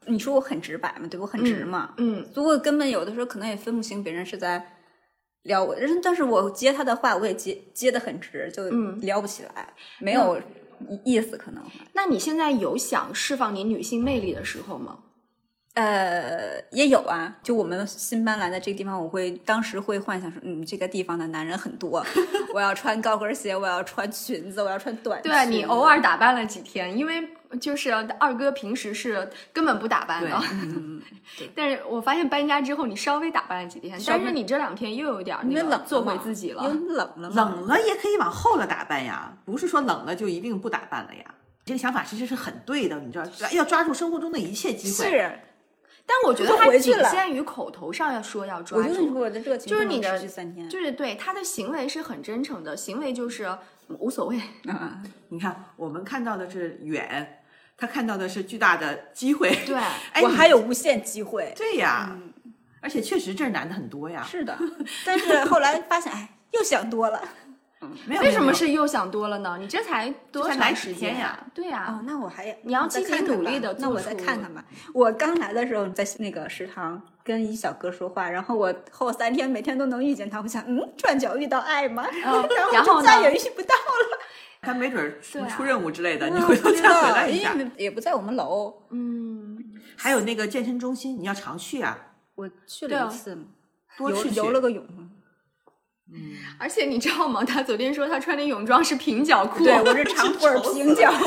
Speaker 1: 你说我很直白嘛，对我很直嘛，
Speaker 2: 嗯，
Speaker 1: 不过根本有的时候可能也分不清别人是在聊我，但是但是我接他的话，我也接接的很直，就
Speaker 2: 嗯
Speaker 1: 聊不起来，没有意思，可能
Speaker 2: 那你现在有想释放你女性魅力的时候吗？
Speaker 1: 呃也有啊。就我们新搬来的这个地方，我会当时会幻想说，嗯，这个地方的男人很 多，我要穿高跟鞋，我要穿裙子，我要穿短裙。
Speaker 2: 对啊你偶尔打扮了几天，因为就是二哥平时是根本不打扮
Speaker 1: 哦
Speaker 2: 的，但是我发现搬家之后你稍微打扮了几天，
Speaker 1: 稍微
Speaker 2: 但是你这两天又有点儿
Speaker 1: 因
Speaker 2: 那
Speaker 1: 为
Speaker 2: 个
Speaker 1: 冷
Speaker 2: 做
Speaker 1: 嘛
Speaker 2: 回自己了，
Speaker 1: 因为冷了嘛，
Speaker 3: 冷了也可以往后了打扮呀，不是说冷了就一定不打扮了呀。这个想法其实是很对的，你知道，要抓住生活中的一切机会。
Speaker 1: 是。
Speaker 2: 但我觉得
Speaker 1: 就
Speaker 2: 它
Speaker 1: 回去
Speaker 2: 仅
Speaker 1: 了
Speaker 2: 限于口头上要说要抓
Speaker 1: 我就跟你
Speaker 2: 住，
Speaker 1: 说，我的热情
Speaker 2: 就是
Speaker 1: 不能
Speaker 2: 你的
Speaker 1: 持续三天，
Speaker 2: 就是对他的行为是很真诚的，行为就是无所谓。
Speaker 1: 啊，
Speaker 3: 你看，我们看到的是远，他看到的是巨大的机会。
Speaker 2: 对，
Speaker 3: 哎，
Speaker 1: 我
Speaker 3: 你
Speaker 1: 还有无限机会。
Speaker 3: 对呀，而且确实这儿男的很多呀。
Speaker 1: 嗯是 的，但是后来发现，哎，又想多了。
Speaker 3: 没有
Speaker 2: 为什么？
Speaker 3: 没有
Speaker 2: 是又想多了呢？你这才多
Speaker 3: 才
Speaker 2: 长
Speaker 3: 来几
Speaker 2: 时间
Speaker 3: 天
Speaker 2: 呀
Speaker 3: 呀？
Speaker 2: 对呀、
Speaker 1: 哦，那我还
Speaker 2: 你要
Speaker 1: 我再
Speaker 2: 积极
Speaker 1: 看看
Speaker 2: 努
Speaker 1: 吧
Speaker 2: 力地
Speaker 1: 那
Speaker 2: 做
Speaker 1: 我再
Speaker 2: 出
Speaker 1: 看看吧。我刚来的时候在那个食堂跟一小哥说话，然后我后三天每天都能遇见他，我想，嗯，转角遇到爱吗？
Speaker 2: 嗯然
Speaker 1: 然
Speaker 2: 后
Speaker 1: 后就
Speaker 2: 呢
Speaker 1: 再也遇不到了。
Speaker 3: 他没准儿出
Speaker 2: 对啊
Speaker 3: 出任务之类哎
Speaker 1: 嗯
Speaker 3: 的，你回头再回来一下
Speaker 1: 因。为也不在我们楼，
Speaker 2: 嗯，
Speaker 3: 还有那个健身中心，你要常去啊，
Speaker 1: 我去
Speaker 2: 对啊
Speaker 1: 了一次嘛，
Speaker 3: 多
Speaker 1: 游
Speaker 3: 去去。
Speaker 1: 游了个泳嘛。
Speaker 2: 而且你知道吗？他昨天说他穿的泳装是平角裤，
Speaker 1: 对，我是长 腿儿 平角裤。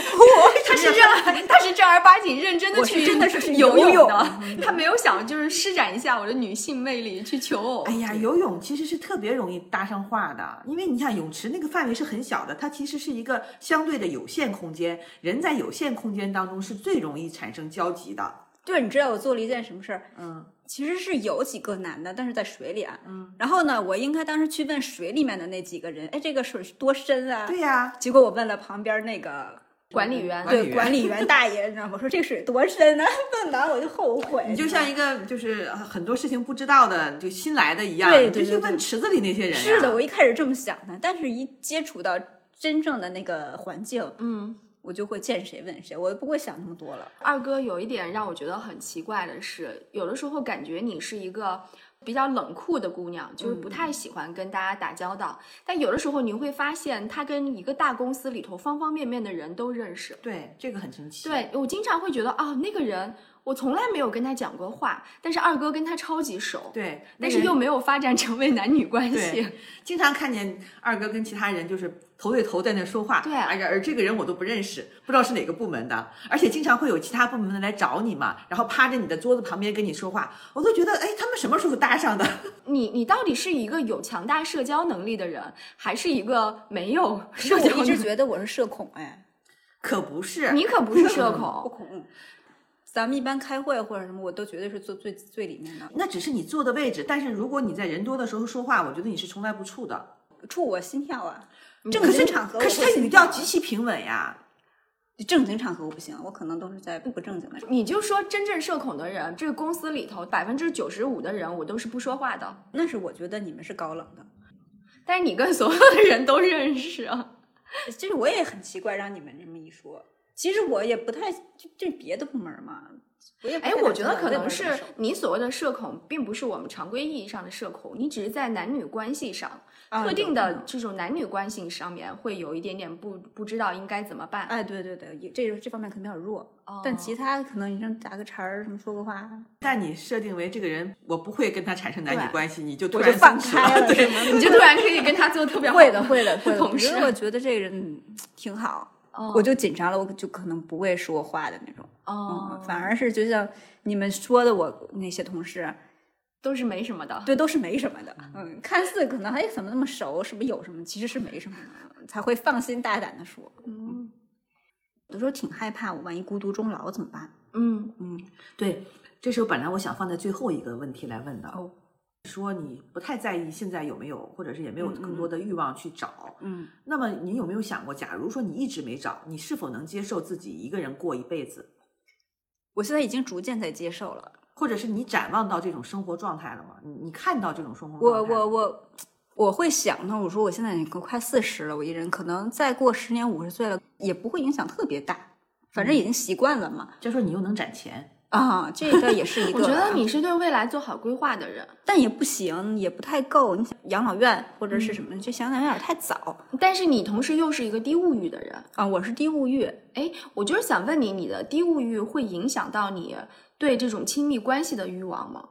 Speaker 2: 他是正，他是正儿八经认真的
Speaker 1: 我
Speaker 2: 去，
Speaker 1: 是真的是去
Speaker 2: 游
Speaker 1: 游
Speaker 2: 泳
Speaker 1: 泳
Speaker 2: 的，他没有想就是施展一下我的女性魅力去求偶。
Speaker 3: 哎呀，游泳其实是特别容易搭上话的，因为你看泳池那个范围是很小的，它其实是一个相对的有限空间，人在有限空间当中是最容易产生交集的。
Speaker 1: 对，你知道我做了一件什么事儿？
Speaker 3: 嗯，
Speaker 1: 其实是有几个男的，但是在水里啊。嗯。然后呢，我应该当时去问水里面的那几个人，哎，这个水是多深啊？
Speaker 3: 对呀、
Speaker 1: 结果我问了旁边那个
Speaker 2: 管理员，
Speaker 3: 管理
Speaker 1: 对
Speaker 3: 员
Speaker 1: 管理员大爷，你知道吗？我说这水多深啊？ 问完我就后悔。
Speaker 3: 你就像一个就是很多事情不知道的就新来的一样，
Speaker 1: 对
Speaker 3: 你就
Speaker 1: 对
Speaker 3: 去
Speaker 1: 对
Speaker 3: 问
Speaker 1: 对
Speaker 3: 池子里那些人、呀。啊
Speaker 1: 是的，我一开始这么想的，但是一接触到真正的那个环境，
Speaker 2: 嗯，
Speaker 1: 我就会见谁问谁，我不会想那么多了。
Speaker 3: 啊
Speaker 2: 二哥有一点让我觉得很奇怪的是，有的时候感觉你是一个比较冷酷的姑娘，就是不太喜欢跟大家打交道。但有的时候你会发现，她跟一个大公司里头方方面面的人都认识。
Speaker 3: 对，这个很神奇。，
Speaker 2: 对我经常会觉得啊、那个人我从来没有跟他讲过话，但是二哥跟他超级熟，
Speaker 3: 对，
Speaker 2: 但是
Speaker 3: 那个
Speaker 2: 又没有发展成为男女关系
Speaker 3: 对。经常看见二哥跟其他人就是头对头在那说话，
Speaker 2: 对
Speaker 3: 而而这个人我都不认识，不知道是哪个部门的，而且经常会有其他部门的来找你嘛，然后趴着你的桌子旁边跟你说话，我都觉得哎，他们什么时候搭上的？
Speaker 2: 你你到底是一个有强大社交能力的人，还是一个没有
Speaker 1: 其实
Speaker 2: 社
Speaker 1: 我
Speaker 2: 交
Speaker 1: 一
Speaker 2: 能
Speaker 1: 直
Speaker 2: 力？
Speaker 1: 觉得我是社恐，哎，
Speaker 3: 可不是，
Speaker 2: 你可不是社
Speaker 1: 不
Speaker 3: 哦
Speaker 2: 恐，
Speaker 1: 恐。咱们一般开会或者什么，我都绝对是坐最最里面的。
Speaker 3: 那只是你坐的位置，但是如果你在人多的时候说话，我觉得你是从来不怵的。
Speaker 1: 触我心跳啊！
Speaker 2: 这
Speaker 1: 正
Speaker 2: 个
Speaker 3: 可
Speaker 1: 经
Speaker 3: 是
Speaker 1: 场合
Speaker 3: 可
Speaker 1: 我
Speaker 3: 是
Speaker 1: 会
Speaker 3: 他
Speaker 1: 心
Speaker 3: 语调
Speaker 1: 跳
Speaker 3: 极其平稳呀。
Speaker 1: 正经场合我不行，我可能都是在不正经的场合。
Speaker 2: 你就说真正社恐的人，这个公司里头百分之九十五的人，我都是不说话的。
Speaker 1: 那是我觉得你们是高冷的，
Speaker 2: 但是你跟所有的人都认识，啊
Speaker 1: 其实我也很奇怪，让你们这么一说，其实我也不太就就别的部门嘛，我也不
Speaker 2: 哎
Speaker 1: 太，
Speaker 2: 我觉得
Speaker 1: 了解
Speaker 2: 可能
Speaker 1: 不太
Speaker 2: 是
Speaker 1: 熟
Speaker 2: 你所谓的社恐，并不是我们常规意义上的社恐，你只是在男女关系上、
Speaker 1: 啊
Speaker 2: 特
Speaker 1: 有
Speaker 2: 定
Speaker 1: 可
Speaker 2: 的
Speaker 1: 能
Speaker 2: 这种男女关系上面会有一点点不不知道应该怎么办。
Speaker 1: 哎，对对对，也这这方面可能比较弱，但其
Speaker 2: 他
Speaker 1: 他可能你像打个茬儿什么说个 话，
Speaker 3: 但你设定为这个人，我不会跟他产生男
Speaker 2: 对
Speaker 3: 女关系，你就突
Speaker 1: 我
Speaker 3: 然
Speaker 1: 就放
Speaker 3: 松弛
Speaker 1: 开了， 是
Speaker 3: 对，
Speaker 1: 吗
Speaker 2: 你 就突然可以跟他做特别好
Speaker 1: 会的会的会的，
Speaker 2: 同
Speaker 1: 我觉
Speaker 2: 事
Speaker 1: 得我觉得这个人嗯挺好，
Speaker 2: 哦
Speaker 1: 我就紧张了，我就可能不会说话的那种，
Speaker 2: 哦
Speaker 1: 嗯，，反而是就像你们说的我那些同事，
Speaker 2: 都是没什么的。
Speaker 1: 对，都是没什么的。嗯，看似可能哎，怎么那么熟？是不是有什么？其实是没什么的，才会放心大胆的说。
Speaker 2: 嗯
Speaker 1: 有的时候挺害怕，我万一孤独终老怎么办？
Speaker 2: 嗯
Speaker 3: 对，这时候本来我想放在最后一个问题来问的，
Speaker 1: 哦
Speaker 3: 说你不太在意现在有没有，或者是也没有
Speaker 1: 嗯嗯
Speaker 3: 更多的欲望去找。
Speaker 1: 嗯，
Speaker 3: 那么你有没有想过，假如说你一直没找，你是否能接受自己一个人过一辈子，
Speaker 1: 我现在已经逐渐在接受了。
Speaker 3: 或者是你展望到这种生活状态了吗？你你看到这种生活
Speaker 1: 我
Speaker 3: 状态
Speaker 1: 我
Speaker 3: 了吗？
Speaker 1: 我我会想呢，我说我现在已经快四十了，我一人可能再过十嗯年五十岁了，也不会影响特别大，反正已经习惯了嘛。
Speaker 3: 这时候你又能攒钱，
Speaker 1: 啊，这个也 是一个
Speaker 2: 我
Speaker 1: 吧。
Speaker 2: 觉得你是对未来做好规划的人，
Speaker 1: 但也不行，也不太够。你想养老院或者是什么，这想想有点太早
Speaker 2: 但是你同时又是一个低物欲的人。
Speaker 1: 啊。我是低物欲，
Speaker 2: 哎，我就是想问你，你的低物欲会影响到你对这种亲密关系的欲望吗？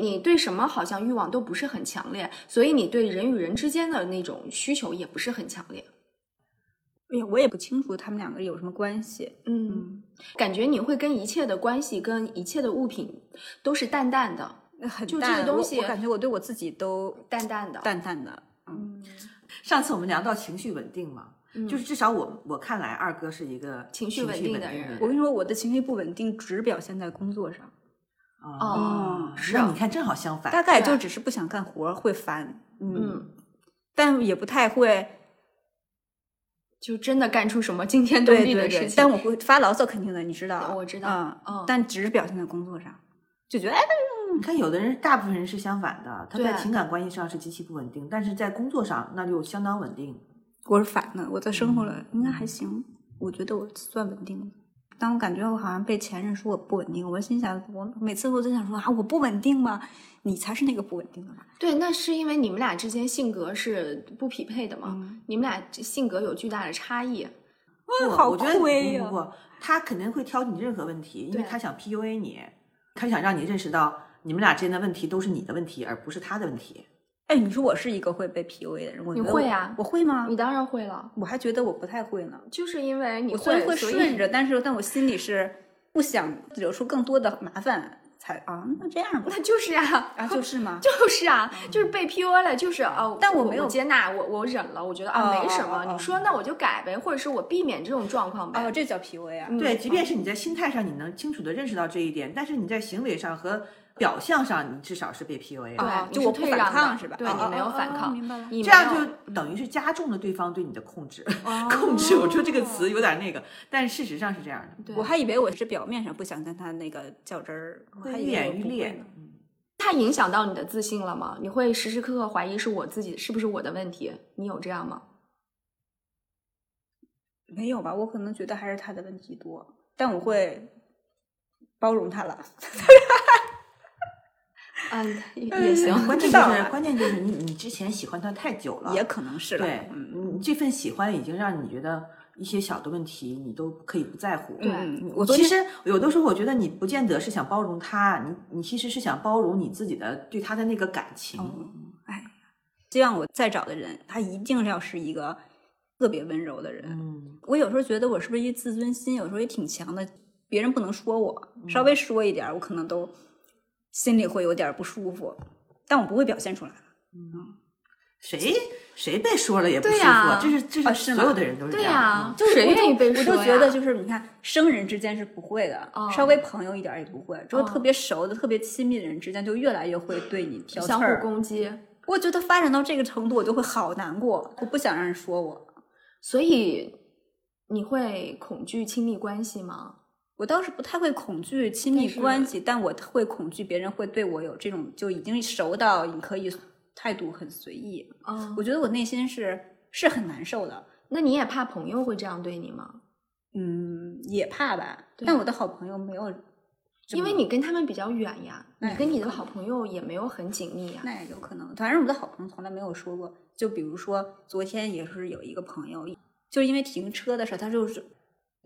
Speaker 2: 你对什么好像欲望都不是很强烈，所以你对人与人之间的那种需求也不是很强烈。
Speaker 1: 哎呀我也不清楚他们两个有什么关系。
Speaker 2: 嗯，感觉你会跟一切的关系、跟一切的物品都是淡淡的、
Speaker 1: 很
Speaker 2: 就这
Speaker 1: 淡
Speaker 2: 个东
Speaker 1: 我
Speaker 2: 西
Speaker 1: 我感觉我对我自己都
Speaker 2: 淡淡的。嗯
Speaker 1: 淡淡的。
Speaker 3: 上次我们聊到情绪稳定嘛，就是至少我我看来，二哥是一个
Speaker 2: 情绪
Speaker 3: 绪
Speaker 2: 稳定
Speaker 3: 定
Speaker 2: 的人
Speaker 1: 我跟你说，我的情绪不稳定只表现在工作上，
Speaker 3: 啊
Speaker 1: 哦，
Speaker 2: 是
Speaker 3: 那
Speaker 2: 啊
Speaker 3: 你看正好相反，
Speaker 1: 大概
Speaker 2: 对
Speaker 1: 就只是不想干活儿会烦，嗯，
Speaker 2: 嗯，
Speaker 1: 但也不太会
Speaker 2: 就真的干出什么惊天动
Speaker 1: 对
Speaker 2: 地
Speaker 1: 对
Speaker 2: 的事
Speaker 1: 对
Speaker 2: 情。，
Speaker 1: 但我会发牢骚，肯定的，你知道，
Speaker 2: 我知道嗯
Speaker 1: 嗯，但只是表现在工作上，就觉得哎，
Speaker 3: 你看有的人，大部分人是相反的，他
Speaker 1: 啊
Speaker 3: 在
Speaker 2: 对
Speaker 3: 情感关系上是极其不稳定，但是在工作上那就相当稳定。
Speaker 1: 我是反的，我在生活
Speaker 2: 嗯
Speaker 1: 了应该还行，我觉得我算稳定的。但我感觉我好像被前任说我不稳定，我心想，我每次我都想说啊，我不稳定吗？你才是那个不稳定的吧？
Speaker 2: 对，那是因为你们俩之间性格是不匹配的嘛？
Speaker 1: 嗯
Speaker 2: 你们俩这性格有巨大的差异。
Speaker 3: 不，
Speaker 1: 啊好
Speaker 3: 我觉得
Speaker 1: 亏
Speaker 3: 不
Speaker 1: 呀啊
Speaker 3: 不不，他肯定会挑你任何问题，因为
Speaker 2: 对
Speaker 3: 他想 PUA 你，他想让你认识到你们俩之间的问题都是你的问题，而不是他的问题。
Speaker 1: 哎，你说我是一个会被 PUA 的人，我
Speaker 2: 你
Speaker 1: 觉得
Speaker 2: 会
Speaker 1: 我
Speaker 2: 啊
Speaker 1: 我会吗？
Speaker 2: 你当然会了，
Speaker 1: 我还觉得我不太会呢。
Speaker 2: 就是因为你
Speaker 1: 我虽然会
Speaker 2: 所以
Speaker 1: 顺着，但是但我心里是不想惹出更多的麻烦，才啊，那这样吧，
Speaker 2: 那 就是啊，
Speaker 1: 啊，就是吗？
Speaker 2: 就是啊，就是被 PUA 了，就是哦，
Speaker 1: 但
Speaker 2: 我
Speaker 1: 我没有
Speaker 2: 接纳，我我忍了，我觉得啊、
Speaker 1: 哦
Speaker 2: 没什么，
Speaker 1: 哦哦
Speaker 2: 你说那我就改呗，或者是我避免这种状况呗。
Speaker 1: 哦，这叫 PUA 啊。
Speaker 2: 嗯
Speaker 3: 对，即便是你在心态上你能清楚的认识到这一点，但是你在行为上和表象上，你至少是被 PUA 了。
Speaker 2: 对
Speaker 1: 哦，
Speaker 2: 你
Speaker 1: 就是我不
Speaker 2: 退
Speaker 1: 反
Speaker 2: 让的
Speaker 1: 抗是吧
Speaker 2: 对
Speaker 1: 哦
Speaker 2: 你没有
Speaker 1: 哦
Speaker 2: 反
Speaker 1: 哦
Speaker 2: 抗，
Speaker 1: 明白了
Speaker 2: 你
Speaker 3: 这
Speaker 2: 没
Speaker 3: 样
Speaker 2: 有
Speaker 1: 嗯
Speaker 3: 就等于是加重了对方对你的控
Speaker 1: 哦
Speaker 3: 制， 控制。我说这个词有点那个，但是事实上是这样的。
Speaker 2: 对
Speaker 1: 我还以为我是表面上不想跟他那个较真儿，我还
Speaker 3: 会
Speaker 1: 以
Speaker 3: 愈
Speaker 1: 为我
Speaker 3: 演愈
Speaker 1: 不会
Speaker 3: 烈
Speaker 1: 呢。
Speaker 2: 它影响到你的自信了吗？你会时时刻刻怀疑是我自己是不是我的问题？你有这样吗？
Speaker 1: 没有吧？我可能觉得还是他的问题多，但我会包容他了。啊
Speaker 2: 嗯，也 也行，
Speaker 3: 关键
Speaker 1: 知
Speaker 3: 就
Speaker 1: 道
Speaker 3: 是
Speaker 1: 了
Speaker 3: 关键就是你你之前喜欢他太久了，
Speaker 1: 也可能是了。
Speaker 3: 啊对，
Speaker 1: 嗯，
Speaker 3: 你这份喜欢已经让你觉得一些小的问题你都可以不在乎。
Speaker 2: 对
Speaker 1: 嗯，我昨
Speaker 3: 其
Speaker 1: 天
Speaker 3: 实有的时候我觉得你不见得是想包容他，你你其实是想包容你自己的对他的那个感情。
Speaker 1: 哎，希望我再找的人，他一定要是一个特别温柔的人。
Speaker 3: 嗯，
Speaker 1: 我有时候觉得我是不是一自尊心，有时候也挺强的，别人不能说我，
Speaker 2: 嗯
Speaker 1: 稍微说一点儿，我可能都心里会有点儿不舒服，但我不会表现出来。
Speaker 3: 谁谁被说了也不舒
Speaker 2: 对
Speaker 3: 服，
Speaker 2: 呀
Speaker 3: 这是这
Speaker 1: 啊
Speaker 3: 是
Speaker 1: 是
Speaker 3: 所
Speaker 1: 吗
Speaker 3: 有的人都是这
Speaker 2: 对
Speaker 3: 样。
Speaker 2: 呀、
Speaker 3: 嗯
Speaker 1: 就是
Speaker 2: 谁
Speaker 1: 我就
Speaker 2: 愿意被说
Speaker 1: 我就觉得
Speaker 2: 呀
Speaker 1: 就是你看，生人之间是不会的，
Speaker 2: 哦
Speaker 1: 稍微朋友一点儿也不会，只有
Speaker 2: 哦
Speaker 1: 特别熟的、特别亲密的人之间，就越来越会对你挑刺
Speaker 2: 相互
Speaker 1: 儿。
Speaker 2: 攻击。
Speaker 1: 我觉得发展到这个程度，我就会好难过，我不想让人说我。
Speaker 2: 所以你会恐惧亲密关系吗？
Speaker 1: 我倒是不太会恐惧亲
Speaker 2: 但
Speaker 1: 密
Speaker 2: 是
Speaker 1: 关系，但我会恐惧别人会对我有这种就已经熟到你可以态度很随意。
Speaker 2: 嗯
Speaker 1: 我，觉得我内心是是很难受的，
Speaker 2: 那你也怕朋友会这样对你吗？
Speaker 1: 嗯，也怕吧。
Speaker 2: 对
Speaker 1: 但我的好朋友没有这么，
Speaker 2: 因为你跟他们比较远呀，
Speaker 1: 那
Speaker 2: 你
Speaker 1: 也
Speaker 2: 跟
Speaker 1: 有
Speaker 2: 你的
Speaker 1: 可能
Speaker 2: 好朋友也没有很紧密呀。
Speaker 1: 嗯那也有可能，反正我的好朋友从来没有说过。就比如说昨天也是有一个朋友，就是因为停车的事儿，他就是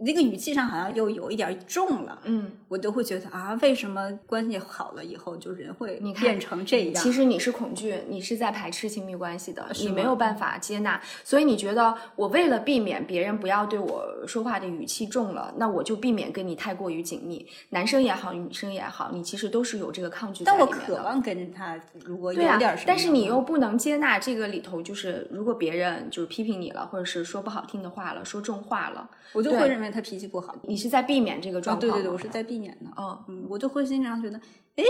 Speaker 1: 那个语气上好像又有一点儿重了。
Speaker 2: 嗯，
Speaker 1: 我都会觉得啊，为什么关系好了以后就人会
Speaker 2: 你看
Speaker 1: 变成这样？
Speaker 2: 其实你是恐惧，你是在排斥亲密关系的，
Speaker 1: 是
Speaker 2: 你
Speaker 1: 吗
Speaker 2: 没有办法接纳，所以你觉得我为了避免别人不要对我说话的语气重了，那我就避免跟你太过于紧密。男生也好，女生也好，你其实都是有这个抗拒在
Speaker 1: 但
Speaker 2: 里面
Speaker 1: 我
Speaker 2: 的。
Speaker 1: 渴望跟他如果有
Speaker 2: 对啊
Speaker 1: 点儿什么，嗯
Speaker 2: 但是你又不能接纳这个里头，就是如果别人就是批评你了，或者是说不好听的话了，说重话了，
Speaker 1: 我就
Speaker 2: 对
Speaker 1: 会认为他脾气不好。
Speaker 2: 你是在避免这个
Speaker 1: 啊，
Speaker 2: 状
Speaker 1: 对
Speaker 2: 况吗、
Speaker 1: 对对，我是在避免的。
Speaker 2: 嗯，
Speaker 1: 嗯，我就会经常觉得，哎，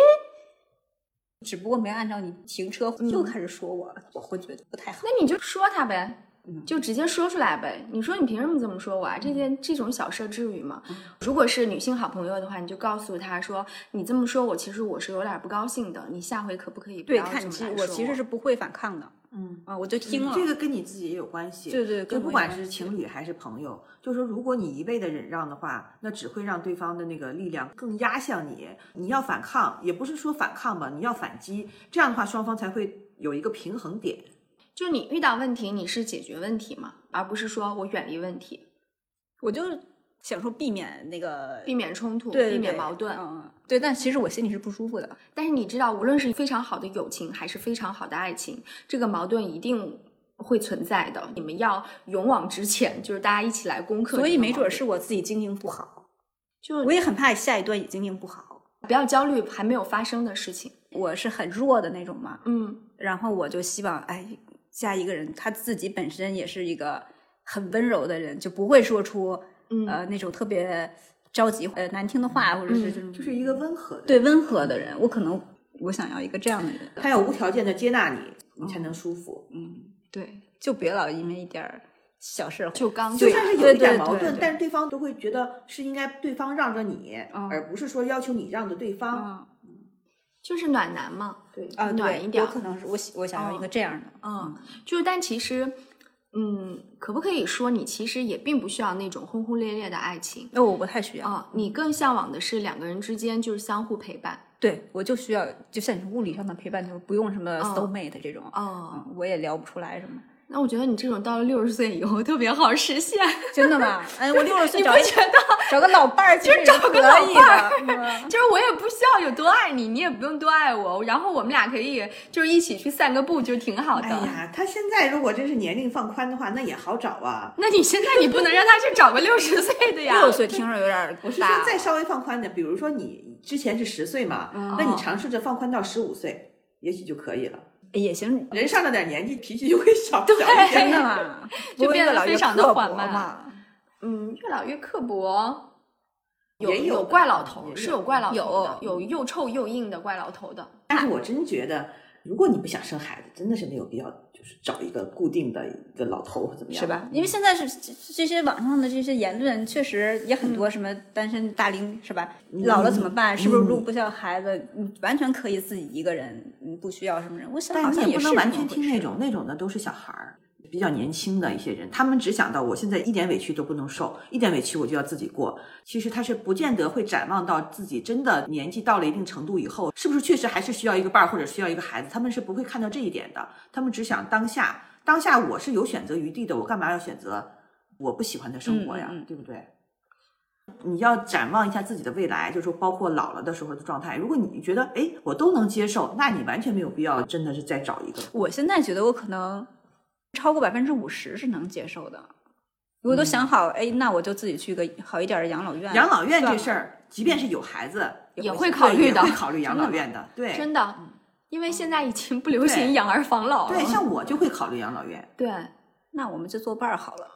Speaker 1: 只不过没按照你停车就开始说我，我会觉得不太好
Speaker 2: 嗯那。你就说他呗，
Speaker 1: 嗯
Speaker 2: 就直接说出来呗。你说你凭什么这么说我啊？这件这种小事至于吗？
Speaker 1: 嗯
Speaker 2: 如果是女性好朋友的话，你就告诉她说，你这么说我，其实我是有点不高兴的，你下回可不可以不
Speaker 1: 对，
Speaker 2: 要这么
Speaker 1: 看
Speaker 2: 来
Speaker 1: 你其
Speaker 2: 说
Speaker 1: 实我其实是不会反抗的。
Speaker 3: 嗯，
Speaker 1: 啊，我就听了，
Speaker 3: 这个跟你自己也有关系。
Speaker 1: 对对
Speaker 3: 就
Speaker 1: 跟我
Speaker 3: 不
Speaker 1: 有
Speaker 3: 管
Speaker 1: 关
Speaker 3: 是
Speaker 1: 系
Speaker 3: 情侣还是朋友，就说如果你一味的忍让的话，那只会让对方的那个力量更压向你。你要反抗，也不是说反抗吧，你要反击，这样的话双方才会有一个平衡点。
Speaker 2: 就你遇到问题，你是解决问题嘛，而不是说我远离问题，
Speaker 1: 我就想说避免那个
Speaker 2: 避免冲突，
Speaker 1: 对对
Speaker 2: 避免
Speaker 1: 对
Speaker 2: 矛盾。
Speaker 1: 嗯，嗯对，但其实我心里是不舒服的。
Speaker 2: 但是你知道，无论是非常好的友情还是非常好的爱情，这个矛盾一定会存在的。你们要勇往直前，就是大家一起来攻克这个
Speaker 1: 所
Speaker 2: 矛盾。
Speaker 1: 以没准是我自己经营不好，
Speaker 2: 就
Speaker 1: 我也很怕下一段也经营不好。
Speaker 2: 不要焦虑还没有发生的事情。
Speaker 1: 我是很弱的那种嘛，
Speaker 2: 嗯，
Speaker 1: 然后我就希望，哎，下一个人他自己本身也是一个很温柔的人，就不会说出、
Speaker 2: 嗯
Speaker 1: 呃那种特别着急呃难听的话，或者
Speaker 2: 嗯
Speaker 1: 是这种、
Speaker 3: 就是一个温和的，
Speaker 1: 对温和的人。我可能我想要一个这样的人，
Speaker 3: 他要无条件的接纳你，你才能舒服。
Speaker 1: 嗯，
Speaker 2: 对，
Speaker 1: 就别老因为一点儿小事儿
Speaker 2: 就刚
Speaker 3: 就
Speaker 2: 对
Speaker 3: 算是有
Speaker 1: 对
Speaker 3: 一点
Speaker 1: 对
Speaker 3: 矛
Speaker 1: 对
Speaker 3: 盾，
Speaker 1: 对
Speaker 3: 但是对方都会觉得是应该对方让着你，
Speaker 1: 嗯
Speaker 3: 而不是说要求你让着对方。
Speaker 1: 啊
Speaker 2: 就是暖男嘛。
Speaker 3: 对，
Speaker 1: 啊
Speaker 2: 暖
Speaker 1: 对
Speaker 2: 嗯一点
Speaker 1: 我可能是我喜我想要一个这样的，
Speaker 2: 嗯，就是但其实，嗯，可不可以说你其实也并不需要那种轰轰烈烈的爱情
Speaker 1: 那我不太需要，
Speaker 2: 啊、你更向往的是两个人之间就是相互陪伴。
Speaker 1: 对我就需要就像你说物理上的陪伴，就不用什么
Speaker 2: 哦
Speaker 1: soul mate 这种，
Speaker 2: 哦，
Speaker 1: 嗯，我也聊不出来什么。
Speaker 2: 那我觉得你这种到了六十岁以后特别好实现，
Speaker 1: 真的吗？ 哎，我六十岁
Speaker 2: 你不
Speaker 1: 找一
Speaker 2: 觉得？
Speaker 1: 找个老伴儿，其实
Speaker 2: 找个老伴
Speaker 1: 儿。
Speaker 2: 就是我也不需要有多爱你，你也不用多爱我，然后我们俩可以就是一起去散个步，就挺好的。
Speaker 3: 哎呀，他现在如果真是年龄放宽的话，那也好找啊。
Speaker 2: 那你现在你不能让他去找个六十岁的呀？
Speaker 1: 六岁听着有点儿
Speaker 3: 我是说
Speaker 1: 大啊了，
Speaker 3: 再稍微放宽点，比如说你之前是十岁嘛，
Speaker 1: 哦
Speaker 3: 那你尝试着放宽到十五岁，也许就可以了。
Speaker 1: 也行，
Speaker 3: 人上了点年纪，脾气就会小小一
Speaker 1: 真
Speaker 3: 点。
Speaker 1: 的吗？
Speaker 2: 就
Speaker 1: 不会
Speaker 2: 变得
Speaker 1: 越老越
Speaker 2: 非常地
Speaker 1: 刻
Speaker 2: 缓
Speaker 1: 薄
Speaker 2: 慢
Speaker 1: 嘛。
Speaker 2: 嗯，越老越刻薄，有
Speaker 3: 也有
Speaker 2: 有
Speaker 3: 的
Speaker 2: 怪老头
Speaker 3: 也
Speaker 2: 儿，是
Speaker 3: 有
Speaker 2: 有怪老头的，
Speaker 1: 有
Speaker 2: 有又臭又硬的怪老头的。
Speaker 3: 但是我真觉得，如果你不想生孩子，真的是没有必要，就是找一个固定的一个老头儿或怎么样，
Speaker 1: 是吧？因为现在是这这些网上的这些言论，确实也很多，什么单身大龄是吧？老了怎么办？是不是如果不需要孩子，你完全可以自己一个人，你不需要什么人？我想好
Speaker 3: 但
Speaker 1: 像
Speaker 3: 你也不
Speaker 1: 是
Speaker 3: 能完
Speaker 1: 这么
Speaker 3: 全
Speaker 1: 回
Speaker 3: 听
Speaker 1: 事
Speaker 3: 那种，那种的都是小孩儿，比较年轻的一些人，他们只想到我现在一点委屈都不能受，一点委屈我就要自己过。其实他是不见得会展望到自己真的年纪到了一定程度以后，是不是确实还是需要一个伴儿或者需要一个孩子，他们是不会看到这一点的，他们只想当下，当下我是有选择余地的，我干嘛要选择我不喜欢的生活呀，
Speaker 1: 嗯嗯嗯
Speaker 3: 对不对？你要展望一下自己的未来，就是说包括老了的时候的状态。如果你觉得哎我都能接受，那你完全没有必要真的是再找一个。
Speaker 1: 我现在觉得我可能超过百分之五十是能接受的。我都想好，哎，那我就自己去个好一点的养老院。
Speaker 3: 养老院
Speaker 1: 算
Speaker 3: 这
Speaker 1: 了
Speaker 3: 事儿，即便是有孩子，
Speaker 2: 哎啊也
Speaker 3: 会
Speaker 2: 会考虑
Speaker 3: 对也
Speaker 2: 的
Speaker 3: 会考虑养
Speaker 1: 真的
Speaker 3: 老
Speaker 1: 吗
Speaker 3: 院的。对，
Speaker 2: 真的，
Speaker 1: 嗯
Speaker 2: 因为现在已经不流
Speaker 3: 对
Speaker 2: 行养儿防老了。
Speaker 3: 对，像我就会考虑养老院。
Speaker 2: 对，
Speaker 1: 那我们就作伴儿好了。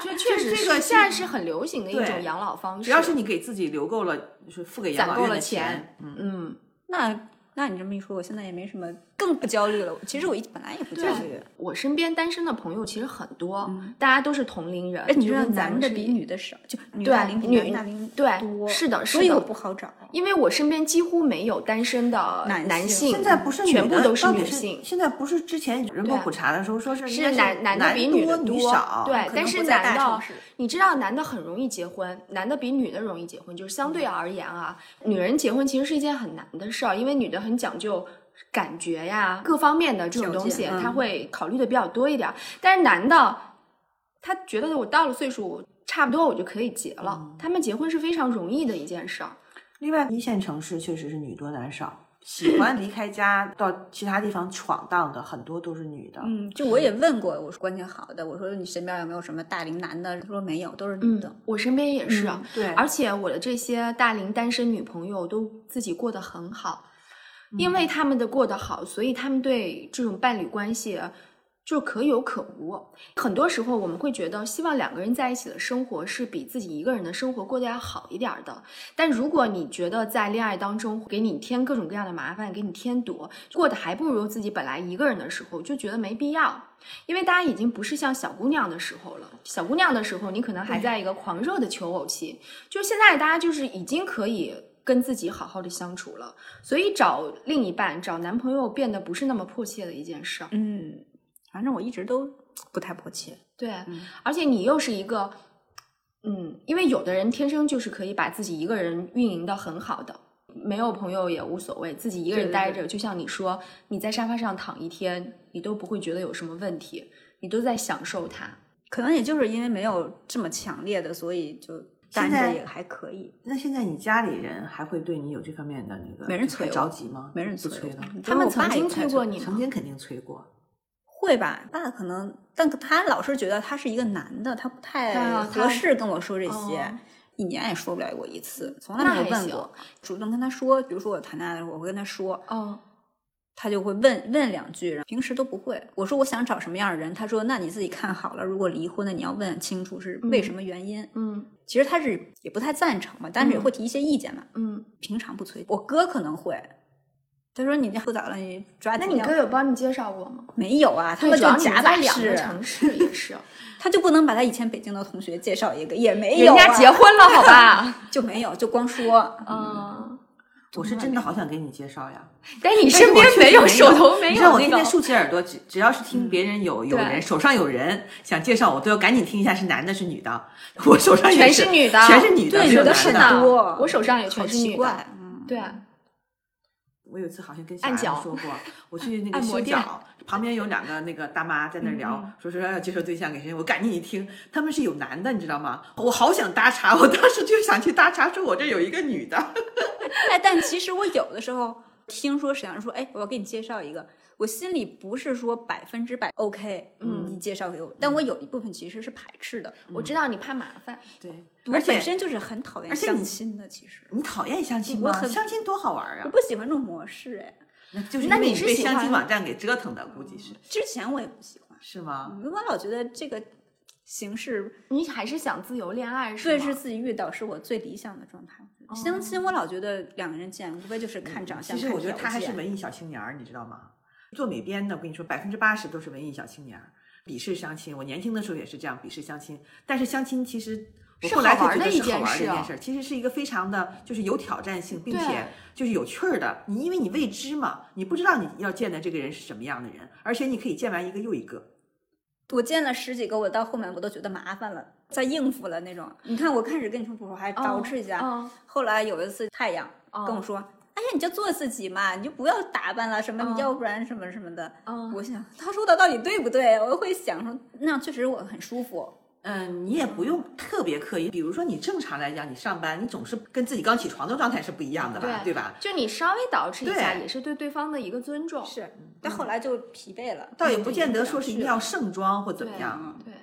Speaker 2: 这确实
Speaker 3: 这
Speaker 2: 是
Speaker 3: 个
Speaker 2: 现在是很流行的一
Speaker 3: 对
Speaker 2: 种养老方式。
Speaker 3: 只要是你给自己留够了，就是付给
Speaker 2: 攒
Speaker 3: 养老
Speaker 2: 够
Speaker 3: 院
Speaker 2: 了
Speaker 3: 的
Speaker 2: 钱，
Speaker 3: 嗯，
Speaker 2: 嗯，
Speaker 1: 那那你这么一说，我现在也没什么，更不焦虑了。其实我一本来也不焦虑。
Speaker 2: 我身边单身的朋友其实很多，大家都是同龄人。
Speaker 1: 哎，你
Speaker 2: 就
Speaker 1: 知道
Speaker 2: 跟
Speaker 1: 男
Speaker 2: 们
Speaker 1: 的
Speaker 2: 是
Speaker 1: 比
Speaker 2: 一
Speaker 1: 女的少，就女
Speaker 2: 对
Speaker 1: 大龄比
Speaker 2: 女
Speaker 1: 男大龄
Speaker 2: 对
Speaker 1: 多，
Speaker 2: 是的是
Speaker 1: 所以
Speaker 2: 的
Speaker 1: 我不好找。
Speaker 2: 因为我身边几乎没有单身的
Speaker 1: 男
Speaker 2: 男
Speaker 1: 性
Speaker 2: 性，
Speaker 3: 现在不是女
Speaker 2: 全部
Speaker 3: 的
Speaker 2: 都是
Speaker 3: 到
Speaker 2: 女
Speaker 3: 底
Speaker 2: 性。
Speaker 3: 现在不是之前人口
Speaker 2: 对
Speaker 3: 普查的时候说是应
Speaker 2: 是
Speaker 3: 该
Speaker 2: 男男的
Speaker 3: 男
Speaker 2: 比女的
Speaker 3: 多女少，
Speaker 2: 对
Speaker 1: 可，
Speaker 2: 但
Speaker 1: 能
Speaker 2: 是
Speaker 1: 不在
Speaker 2: 男
Speaker 1: 大
Speaker 2: 的
Speaker 1: 城市，
Speaker 2: 你知道男的很容易结婚，男的比女的容易结婚，就是相对而言啊，女人结婚其实是一件很难的事儿，因为女的很讲究。感觉呀，各方面的这种
Speaker 1: 条
Speaker 2: 东西
Speaker 1: 件，
Speaker 2: 他会考虑的比较多一点儿。但是男的，他觉得我到了岁数，差不多我就可以结了。他们结婚是非常容易的一件事儿。
Speaker 3: 另外，一线城市确实是女多男少，喜欢离开家到其他地方闯荡的很多都是女的。
Speaker 1: 嗯，就我也问过，我说关系好的，我说你身边有没有什么大龄男的？他说没有，都是女的。
Speaker 2: 嗯，我身边也是，
Speaker 1: 嗯
Speaker 3: 对
Speaker 2: 而且我的这些大龄单身女朋友都自己过得很好，因
Speaker 1: 嗯
Speaker 2: 为她们的过得好，所以她们对这种伴侣关系就可有可无。很多时候我们会觉得，希望两个人在一起的生活是比自己一个人的生活过得要好一点儿的。但如果你觉得在恋爱当中给你添各种各样的麻烦，给你添堵，过得还不如自己本来一个人的时候，就觉得没必要。因为大家已经不是像小姑娘的时候了，小姑娘的时候，你可能还在一个狂热的求偶期，就是现在大家就是已经可以跟自己好好的相处了，所以找另一半、找男朋友变得不是那么迫切的一件事儿。
Speaker 1: 嗯，反正我一直都不太迫切。
Speaker 2: 对，
Speaker 1: 嗯
Speaker 2: 而且你又是一个，嗯，因为有的人天生就是可以把自己一个人运营的很好的，没有朋友也无所谓，自己一个人
Speaker 1: 对对
Speaker 2: 待
Speaker 1: 对
Speaker 2: 着，就像你说，你在沙发上躺一天，你都不会觉得有什么问题，你都在享受它。
Speaker 1: 可能也就是因为没有这么强烈的，所以就单
Speaker 3: 现在
Speaker 1: 着也还可以，
Speaker 3: 那现在你家里人还会对你有这方面的那个
Speaker 1: 没人催我
Speaker 3: 着急吗？
Speaker 1: 没人
Speaker 3: 不
Speaker 1: 催
Speaker 3: 催了，
Speaker 1: 我。
Speaker 2: 他们曾经
Speaker 1: 催
Speaker 2: 催过你
Speaker 3: 曾
Speaker 2: 吗？
Speaker 3: 经肯定催过。
Speaker 1: 会吧？爸可能，但他老是觉得他是一个男的，他不太
Speaker 2: 啊
Speaker 1: 合适跟我说这些。
Speaker 2: 哦
Speaker 1: 一年也说不了我一次，从来
Speaker 2: 那
Speaker 1: 没有
Speaker 2: 还
Speaker 1: 问
Speaker 2: 行
Speaker 1: 过。主动跟他说，比如说我谈恋爱的时候，我会跟他说，
Speaker 2: 哦，
Speaker 1: 他就会问问两句，然后平时都不会。我说我想找什么样的人，他说那你自己看好了。如果离婚了，你要问清楚是为什么原因。
Speaker 2: 嗯
Speaker 1: 其实他是也不太赞成嘛，但是也会提一些意见嘛。
Speaker 2: 嗯，
Speaker 1: 平常不催，我哥可能会，他说你这喝早了，你抓
Speaker 2: 那
Speaker 1: 紧
Speaker 2: 你
Speaker 1: 要
Speaker 2: 哥有帮你介绍过吗？
Speaker 1: 没有啊？他
Speaker 2: 对
Speaker 1: 们
Speaker 2: 主
Speaker 1: 就
Speaker 2: 要你
Speaker 1: 假
Speaker 2: 在
Speaker 1: 把
Speaker 2: 两
Speaker 1: 式
Speaker 2: 个，城市也是，
Speaker 1: 他就不能把他以前北京的同学介绍一个，也没有、
Speaker 2: 人
Speaker 1: 啊，
Speaker 2: 家结婚了，好吧？
Speaker 1: 就没有，就光说。
Speaker 2: 嗯，
Speaker 3: 我是真的好想给你介绍呀，
Speaker 2: 但
Speaker 3: 哎
Speaker 2: 你身边没有，手头没
Speaker 3: 你知道
Speaker 2: 有
Speaker 3: 我
Speaker 2: 那
Speaker 3: 天天
Speaker 2: 个。
Speaker 3: 竖起耳朵，只只要是听别人有有
Speaker 2: 对
Speaker 3: 人手上有人想介绍我，都要赶紧听一下是男的是女的。 我手上也
Speaker 2: 全
Speaker 3: 是
Speaker 2: 是女的
Speaker 3: 全是女
Speaker 1: 对
Speaker 3: 没有
Speaker 1: 有的
Speaker 3: 男
Speaker 1: 是
Speaker 3: 的
Speaker 1: 的。多
Speaker 2: 我手上也
Speaker 1: 好
Speaker 2: 全是
Speaker 1: 奇
Speaker 2: 女的。
Speaker 1: 怪，嗯，
Speaker 2: 对，
Speaker 3: 我有一次好像跟小
Speaker 2: 按
Speaker 3: 安
Speaker 2: 脚
Speaker 3: 说过，我去那个
Speaker 2: 按摩
Speaker 3: 修
Speaker 2: 店嗯
Speaker 3: 脚，旁边有两个那个大妈在那儿聊，说说要介绍对象给谁，我赶紧一听，他们是有男的，你知道吗？我好想搭茬，我当时就想去搭茬，说我这有一个女 的，
Speaker 1: 哎，但其实我有的时候听说沈阳说，哎，我要给你介绍一个，我心里不是说百分之百 OK，嗯，你介绍给我，但我有一部分其实是排斥的，
Speaker 2: 我知道你怕麻烦，
Speaker 3: 对，
Speaker 1: 我
Speaker 3: 而且
Speaker 1: 本身就是很讨厌
Speaker 3: 而且
Speaker 1: 相
Speaker 3: 你
Speaker 1: 亲的，其实
Speaker 3: 你讨厌相亲
Speaker 1: 我
Speaker 3: 吗？
Speaker 1: 很
Speaker 3: 相亲多好玩
Speaker 1: 我
Speaker 3: 啊！
Speaker 1: 不喜欢这种模式，哎，
Speaker 3: 那就是
Speaker 2: 那
Speaker 3: 因为
Speaker 2: 你
Speaker 3: 你
Speaker 2: 是
Speaker 3: 被
Speaker 2: 喜
Speaker 3: 相亲
Speaker 2: 欢
Speaker 3: 网站给折腾的，估计是
Speaker 1: 之前我也不喜欢，
Speaker 3: 是吗？
Speaker 1: 我老觉得这个形式
Speaker 2: 你还是想自由恋爱是
Speaker 1: 对，
Speaker 2: 吗？
Speaker 1: 是自己遇到是我最理想的状态。相亲我老觉得两个人见无非就是看长相，
Speaker 3: 哦嗯其实
Speaker 1: 看
Speaker 3: 我觉得
Speaker 1: 条
Speaker 3: 他还是
Speaker 1: 件
Speaker 3: 文艺小青年儿，你知道吗？做美编的，我跟你说，百分之八十都是文艺小青年儿，鄙视相亲。我年轻的时候也是这样鄙视相亲，但是相亲其实我
Speaker 2: 是
Speaker 3: 后来
Speaker 2: 好
Speaker 3: 才
Speaker 2: 玩
Speaker 3: 觉
Speaker 2: 的一
Speaker 3: 得是好
Speaker 2: 件
Speaker 3: 玩的
Speaker 2: 事
Speaker 3: 一件
Speaker 2: 啊
Speaker 3: 事儿，其实是一个非常的就是有挑战性，并
Speaker 2: 对
Speaker 3: 且就是有趣儿的。你因为你未知嘛，你不知道你要见的这个人是什么样的人，而且你可以见完一个又一个。
Speaker 1: 我见了十几个，我到后面我都觉得麻烦了，在应付了那种。你看我开始跟你说不说，还捯
Speaker 3: 哦
Speaker 1: 饬一下，
Speaker 2: 嗯
Speaker 1: 后来有一次太阳跟我说：“哎呀，你就做自己嘛，你就不要打扮了，什
Speaker 3: 哦
Speaker 1: 么、
Speaker 2: 嗯
Speaker 1: 要不然什么什么的。
Speaker 2: 嗯，
Speaker 1: 我想他说的到底对不对？我会想说，那样确实我很舒服。
Speaker 3: 嗯，你也不用特别刻意，比如说你正常来讲，你上班，你总是跟自己刚起床的状态是不一样的吧，对
Speaker 2: 啊对
Speaker 3: 吧？
Speaker 2: 就你稍微捯饬一下，
Speaker 3: 对
Speaker 2: 也是对对方的一个尊重。
Speaker 1: 是，但后来就疲惫了。
Speaker 3: 嗯倒也不
Speaker 2: 对
Speaker 3: 见得
Speaker 2: 对
Speaker 3: 说是一定
Speaker 2: 是
Speaker 3: 要盛装或怎么
Speaker 2: 对
Speaker 3: 样。啊
Speaker 1: 嗯
Speaker 2: 对，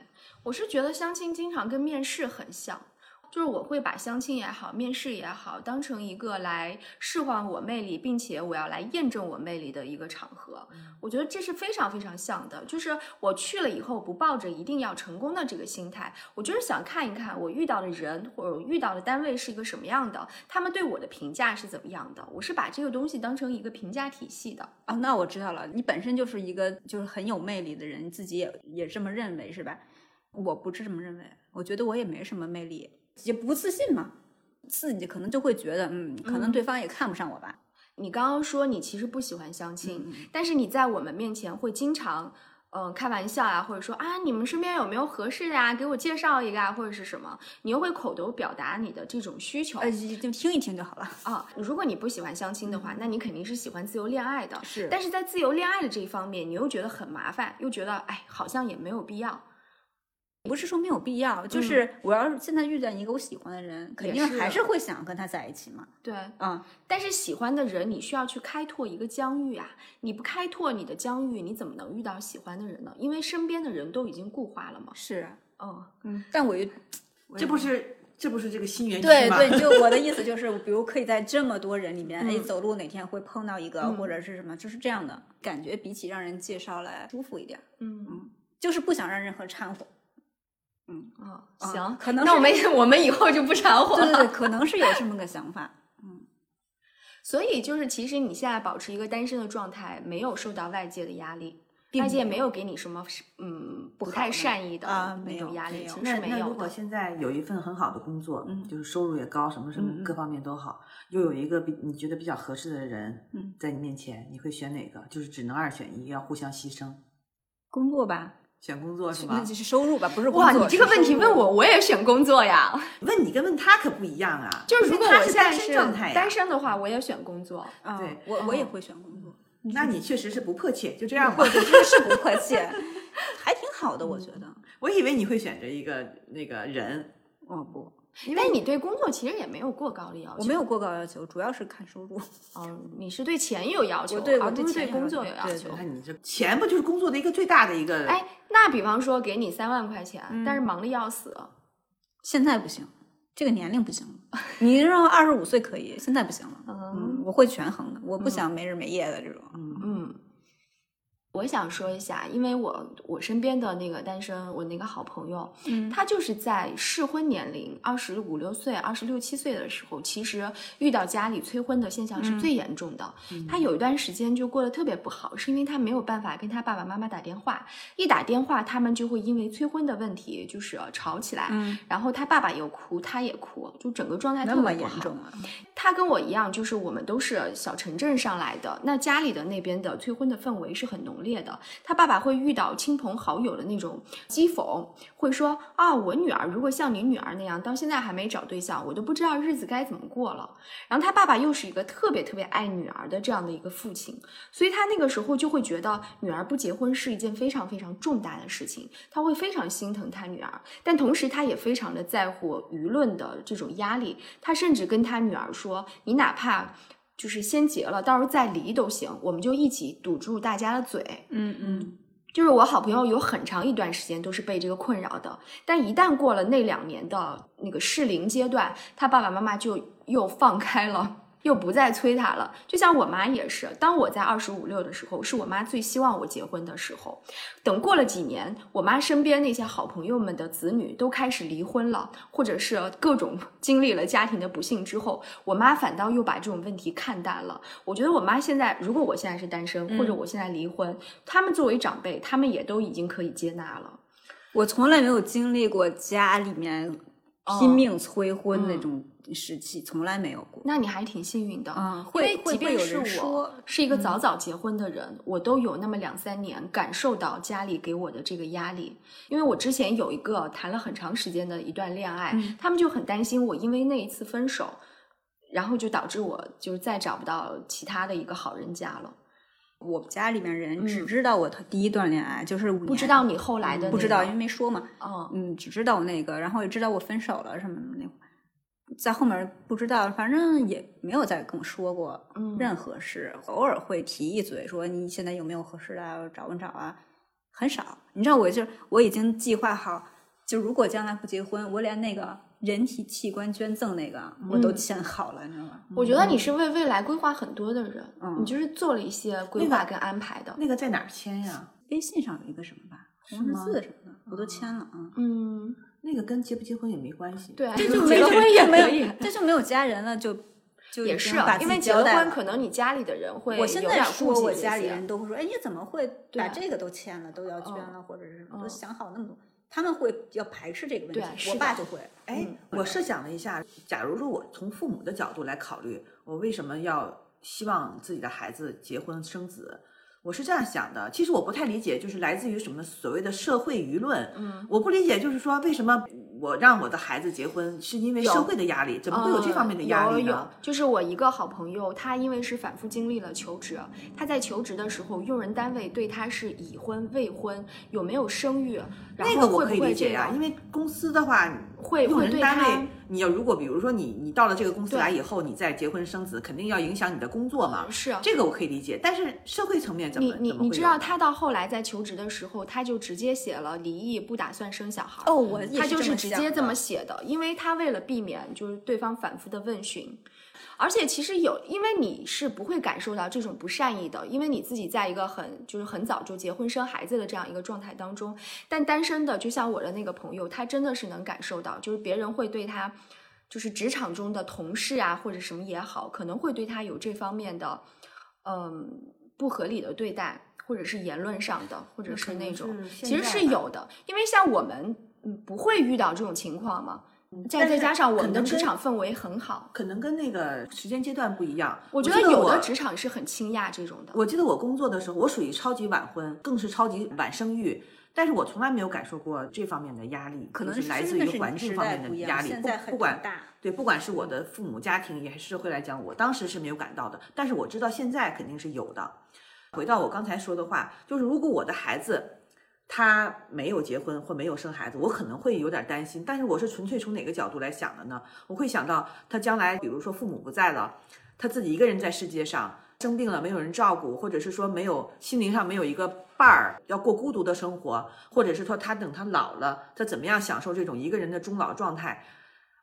Speaker 2: 我是觉得相亲经常跟面试很像，就是我会把相亲也好，面试也好，当成一个来释放我魅力，并且我要来验证我魅力的一个场合。
Speaker 3: 嗯
Speaker 2: 我觉得这是非常非常像的，就是我去了以后不抱着一定要成功的这个心态，我就是想看一看我遇到的人或者我遇到的单位是一个什么样的，他们对我的评价是怎么样的，我是把这个东西当成一个评价体系的。
Speaker 1: 啊，那我知道了，你本身就是一个就是很有魅力的人，你自己也也这么认为是吧？我不是这么认为，我觉得我也没什么魅力，也不自信嘛，自己可能就会觉得，嗯，可能对方也看不上我吧。
Speaker 2: 你刚刚说你其实不喜欢相亲，
Speaker 1: 嗯
Speaker 2: 但是你在我们面前会经常，嗯、开玩笑啊，或者说啊，你们身边有没有合适的啊，给我介绍一个啊，或者是什么，你又会口头表达你的这种需求
Speaker 1: 呃，就听一听就好了。
Speaker 2: 啊。如果你不喜欢相亲的话，那你肯定是喜欢自由恋爱的，
Speaker 1: 嗯是
Speaker 2: 但是在自由恋爱的这一方面，你又觉得很麻烦，又觉得哎，好像也没有必要。
Speaker 1: 不是说没有必要，就是我要是现在遇见一个我喜欢的人，肯
Speaker 2: 也
Speaker 1: 定
Speaker 2: 是
Speaker 1: 还是会想跟他在一起嘛。
Speaker 2: 对，
Speaker 1: 啊、
Speaker 2: 但是喜欢的人，你需要去开拓一个疆域啊！你不开拓你的疆域，你怎么能遇到喜欢的人呢？因为身边的人都已经固化了嘛。
Speaker 1: 是啊，
Speaker 2: 嗯，
Speaker 1: 嗯，但我又
Speaker 3: 这不是这不是这个新园区
Speaker 1: 对
Speaker 3: 吗？
Speaker 1: 对，就我的意思就是，比如可以在这么多人里 面，哎，走路哪天会碰到一个、或者是什么，就是这样的感觉，比起让人介绍来舒服一点，
Speaker 2: 嗯
Speaker 1: 就是不想让任何掺和。
Speaker 2: 啊，
Speaker 1: 啊
Speaker 2: 行，
Speaker 1: 可能
Speaker 2: 那
Speaker 1: 是
Speaker 2: 我们我们以后就不掺和
Speaker 1: 对对
Speaker 2: 了。
Speaker 1: 对，可能是有这么个想法。
Speaker 2: 所以就是，其实你现在保持一个单身的状态，没有受到外界的压力，
Speaker 1: 并
Speaker 2: 外界
Speaker 1: 没
Speaker 2: 没有给你什么嗯不
Speaker 1: 好
Speaker 2: 太
Speaker 1: 的
Speaker 2: 善意的
Speaker 1: 啊
Speaker 2: 那
Speaker 1: 没
Speaker 2: 种
Speaker 1: 有
Speaker 2: 压力，
Speaker 1: 没有
Speaker 2: 其实
Speaker 3: 那
Speaker 2: 是没
Speaker 3: 那
Speaker 2: 有
Speaker 3: 如果
Speaker 2: 的。
Speaker 3: 现在有一份很好的工作，嗯，就是收入也高，什么什
Speaker 2: 嗯
Speaker 3: 么各方面都好，又有一个比你觉得比较合适的人，
Speaker 1: 嗯，
Speaker 3: 在你面前，你会选哪个？就是只能二选一，要互相牺牲。
Speaker 1: 工作吧，
Speaker 3: 选工作是
Speaker 1: 那
Speaker 3: 吧？
Speaker 1: 就是收入吧，不是工
Speaker 2: 哇，
Speaker 1: 作。
Speaker 2: 你这个
Speaker 1: 是
Speaker 2: 问题
Speaker 1: 收入
Speaker 2: 问，我，我也选工作呀。
Speaker 3: 问你跟问他可不一样啊。
Speaker 2: 就是如果我
Speaker 3: 因为
Speaker 2: 现
Speaker 3: 他
Speaker 2: 在
Speaker 3: 是单身
Speaker 2: 是
Speaker 3: 状态呀
Speaker 2: 单身的话，我也选工作。
Speaker 1: 啊
Speaker 3: 对
Speaker 1: 我我也会选工 作，
Speaker 3: 那你确实是不迫切，就
Speaker 2: 嗯
Speaker 3: 这样吧
Speaker 1: 我。觉得是不客气，还挺好的，我觉得。
Speaker 3: 我以为你会选择一个那个人，
Speaker 1: 哦不，
Speaker 2: 因为你对工作其实也没有过高的要求，
Speaker 1: 我没有过高要求，主要是看收入。
Speaker 2: 哦，你是对钱有要求，
Speaker 1: 我对
Speaker 2: 而
Speaker 1: 我
Speaker 2: 不
Speaker 1: 对
Speaker 2: 是对
Speaker 1: 钱
Speaker 2: 工
Speaker 1: 有
Speaker 2: 作
Speaker 1: 要
Speaker 2: 有
Speaker 1: 求
Speaker 2: 要
Speaker 1: 对
Speaker 2: 求
Speaker 1: 对
Speaker 3: 你。看你这钱不就是工作的一个最大的一个？
Speaker 2: 哎，那比方说给你三万块钱，但是忙的要死，
Speaker 1: 现在不行，这个年龄不行 了。你让二十五岁可以，现在不行了。嗯，我会权衡的，我不想没日没夜的这种。啊
Speaker 2: 嗯，我想说一下，因为我我身边的那个单身，我那个好朋友，
Speaker 1: 嗯
Speaker 2: 他就是在适婚年龄二十五六岁、二十六七岁的时候，其实遇到家里催婚的现象
Speaker 1: 嗯
Speaker 2: 是最严重的。他有一段时间就过得特别不好，是因为他没有办法跟他爸爸妈妈打电话，一打电话他们就会因为催婚的问题就是吵起来，
Speaker 1: 嗯，
Speaker 2: 然后他爸爸也哭，他也哭，就整个状态
Speaker 1: 那
Speaker 2: 特
Speaker 1: 么
Speaker 2: 别不
Speaker 1: 严
Speaker 2: 好。
Speaker 1: 重啊？
Speaker 2: 他跟我一样，就是我们都是小城镇上来的，那家里的那边的催婚的氛围是很浓烈的。他爸爸会遇到亲朋好友的那种讥讽，会说啊，我女儿如果像你女儿那样，到现在还没找对象，我都不知道日子该怎么过了。然后他爸爸又是一个特别特别爱女儿的这样的一个父亲，所以他那个时候就会觉得女儿不结婚是一件非常非常重大的事情，他会非常心疼他女儿，但同时他也非常的在乎舆论的这种压力，他甚至跟他女儿说：“你哪怕就是先结了，到时候再离都行，我们就一起堵住大家的嘴。”
Speaker 1: 嗯嗯，
Speaker 2: 就是我好朋友有很长一段时间都是被这个困扰的，但一旦过了那两年的那个适龄阶段，他爸爸妈妈就又放开了。又不再催他了，就像我妈也是。当我在二十五六的时候，是我妈最希望我结婚的时候。等过了几年，我妈身边那些好朋友们的子女都开始离婚了，或者是各种 经历了家庭的不幸之后，我妈反倒又把这种问题看淡了。我觉得我妈现在，如果我现在是单身，或者我现在离婚，他们作为长辈，他们也都已经可以接纳了。
Speaker 1: 我从来没有经历过家里面
Speaker 2: 哦
Speaker 1: 拼命催婚
Speaker 2: 嗯
Speaker 1: 那种时期，从来没有过。
Speaker 2: 那你还挺幸运的，
Speaker 1: 嗯
Speaker 2: 因
Speaker 1: 会
Speaker 2: 为
Speaker 1: 会
Speaker 2: 即便
Speaker 1: 会有
Speaker 2: 是
Speaker 1: 人
Speaker 2: 我
Speaker 1: 说嗯
Speaker 2: 是一个早早结婚的人，我都有那么两三年感受到家里给我的这个压力。因为我之前有一个谈了很长时间的一段恋爱，
Speaker 1: 嗯
Speaker 2: 他们就很担心我因为那一次分手，然后就导致我就再找不到其他的一个好人家了。
Speaker 1: 我家里面人只
Speaker 2: 嗯
Speaker 1: 知道我第一段恋爱，就是五年，嗯
Speaker 2: 不知道你后来的、
Speaker 1: 不知道，因为没说嘛。
Speaker 2: 嗯，
Speaker 1: 嗯，只知道我那个，然后也知道我分手了什么什么那会儿，在后面不知道，反正也没有再跟我说过
Speaker 2: 嗯
Speaker 1: 任何事，偶尔会提一嘴说你现在有没有合适的啊，找不找啊，很少。你知道我就是我已经计划好，就如果将来不结婚，我连那个人体器官捐赠那个我都
Speaker 2: 嗯
Speaker 1: 签好了，你知道吗？
Speaker 2: 我觉得你是为未来规划很多的人，
Speaker 1: 嗯
Speaker 2: 你就是做了一些规
Speaker 3: 那
Speaker 2: 划
Speaker 3: 个
Speaker 2: 跟安排的。
Speaker 3: 那个在哪儿签呀？
Speaker 1: 微信上有一个什么吧，红十
Speaker 3: 吗
Speaker 1: 字什么的，我都签了啊。
Speaker 2: 嗯，
Speaker 3: 那个跟结不结婚也没关系。
Speaker 2: 对，啊
Speaker 1: 这就
Speaker 2: 结
Speaker 1: 没
Speaker 2: 了婚也
Speaker 1: 没
Speaker 2: 可以
Speaker 1: 有，，这就没有家人了，就就
Speaker 2: 也
Speaker 1: 已经
Speaker 2: 是
Speaker 1: 把
Speaker 2: 啊，
Speaker 1: 自
Speaker 2: 因
Speaker 1: 己
Speaker 2: 为结
Speaker 1: 交
Speaker 2: 了
Speaker 1: 代
Speaker 2: 婚，
Speaker 1: 了
Speaker 2: 可能你家里的人会
Speaker 1: 我现
Speaker 2: 有
Speaker 1: 在
Speaker 2: 点
Speaker 1: 说，
Speaker 2: 顾忌
Speaker 1: 我
Speaker 2: 这
Speaker 1: 家里
Speaker 2: 些
Speaker 1: 人都会说：“哎，你怎么会
Speaker 2: 对
Speaker 1: 把
Speaker 2: 啊哦
Speaker 1: 这个都签了，都要捐了，或者是什么？都想好那么多。”他们会比较排斥这个问
Speaker 2: 对啊
Speaker 1: 题，
Speaker 2: 是
Speaker 1: 我爸
Speaker 2: 的
Speaker 1: 就会。
Speaker 3: 哎
Speaker 2: 嗯，
Speaker 3: 我设想了一下，假如说我从父母的角度来考虑，我为什么要希望自己的孩子结婚生子？我是这样想的，其实我不太理解，就是来自于什么所谓的社会舆论。嗯，我不理解，就是说为什么我让我的孩子结婚，是因为社会的压力，怎么会有这方面的压
Speaker 2: 嗯
Speaker 3: 力啊
Speaker 2: 有有
Speaker 3: 呢？，
Speaker 2: 就是我一个好朋友，他因为是反复经历了求职，啊他在求职的时候，用人单位对他是已婚、未婚、有没有生育，然
Speaker 3: 那
Speaker 2: 后
Speaker 3: 个我
Speaker 2: 会
Speaker 3: 可以
Speaker 2: 不会
Speaker 3: 理解
Speaker 2: 这
Speaker 3: 呀、
Speaker 2: 样
Speaker 3: 因为公司的话，
Speaker 2: 会
Speaker 3: 用
Speaker 2: 会
Speaker 3: 人
Speaker 2: 对
Speaker 3: 单
Speaker 2: 他
Speaker 3: 位，你要如果比如说你你到了这个公司
Speaker 2: 对
Speaker 3: 来以后，你再结婚生子，肯定要影响你的工作嘛。
Speaker 2: 是啊
Speaker 3: 这个我可以理解，但是社会层面怎么
Speaker 2: 你你
Speaker 3: 怎么
Speaker 2: 你
Speaker 3: 会
Speaker 2: 知
Speaker 3: 有啊
Speaker 2: 道他到后来在求职的时候，他就直接写了离异，不打算生小孩。
Speaker 1: 哦，我也
Speaker 2: 他就是
Speaker 1: 么
Speaker 2: 直
Speaker 1: 想
Speaker 2: 接这么
Speaker 1: 的
Speaker 2: 写的，因为他为了避免就是对方反复的问询，而且其实有，因为你是不会感受到这种不善意的，因为你自己在一个很就是很早就结婚生孩子的这样一个状态当中，但单身的就像我的那个朋友，他真的是能感受到，就是别人会对他。就是职场中的同事啊，或者什么也好，可能会对他有这方面的，嗯，不合理的对待，或者是言论上的，或者
Speaker 3: 那可
Speaker 2: 是
Speaker 3: 能
Speaker 2: 那种，
Speaker 3: 是
Speaker 2: 其
Speaker 3: 现
Speaker 2: 实
Speaker 3: 在
Speaker 2: 是
Speaker 3: 吧
Speaker 2: 有的，因为像我们，嗯，不会遇到这种情况嘛。再再加上我们的
Speaker 3: 但是
Speaker 2: 职
Speaker 3: 可能跟
Speaker 2: 场氛围很好，
Speaker 3: 可能跟那个时间阶段不一样。
Speaker 2: 我觉
Speaker 3: 记
Speaker 2: 得有
Speaker 3: 我
Speaker 2: 的职场是很惊讶这种的。
Speaker 3: 我记得我工作的时候，我属于超级晚婚，更是超级晚生育，但是我从来没有感受过这方面的压力，
Speaker 1: 可能
Speaker 3: 就是来自
Speaker 1: 真的
Speaker 3: 于
Speaker 1: 是
Speaker 3: 环
Speaker 1: 时
Speaker 3: 境方
Speaker 1: 代
Speaker 3: 面
Speaker 1: 不
Speaker 3: 的
Speaker 1: 一样
Speaker 3: 压力，
Speaker 1: 现在
Speaker 3: 不
Speaker 1: 很
Speaker 3: 不管
Speaker 1: 大，嗯
Speaker 3: 对，不管是我的父母家庭也还是社会来讲，我当时是没有感到的，但是我知道现在肯定是有的。回到我刚才说的话，就是如果我的孩子他没有结婚或没有生孩子，我可能会有点担心，但是我是纯粹从哪个角度来想的呢？我会想到他将来，比如说父母不在了，他自己一个人在世界上生病了，没有人照顾，或者是说没有心灵上没有一个伴儿，要过孤独的生活，或者是说他等他老了，他怎么样享受这种一个人的终老状态？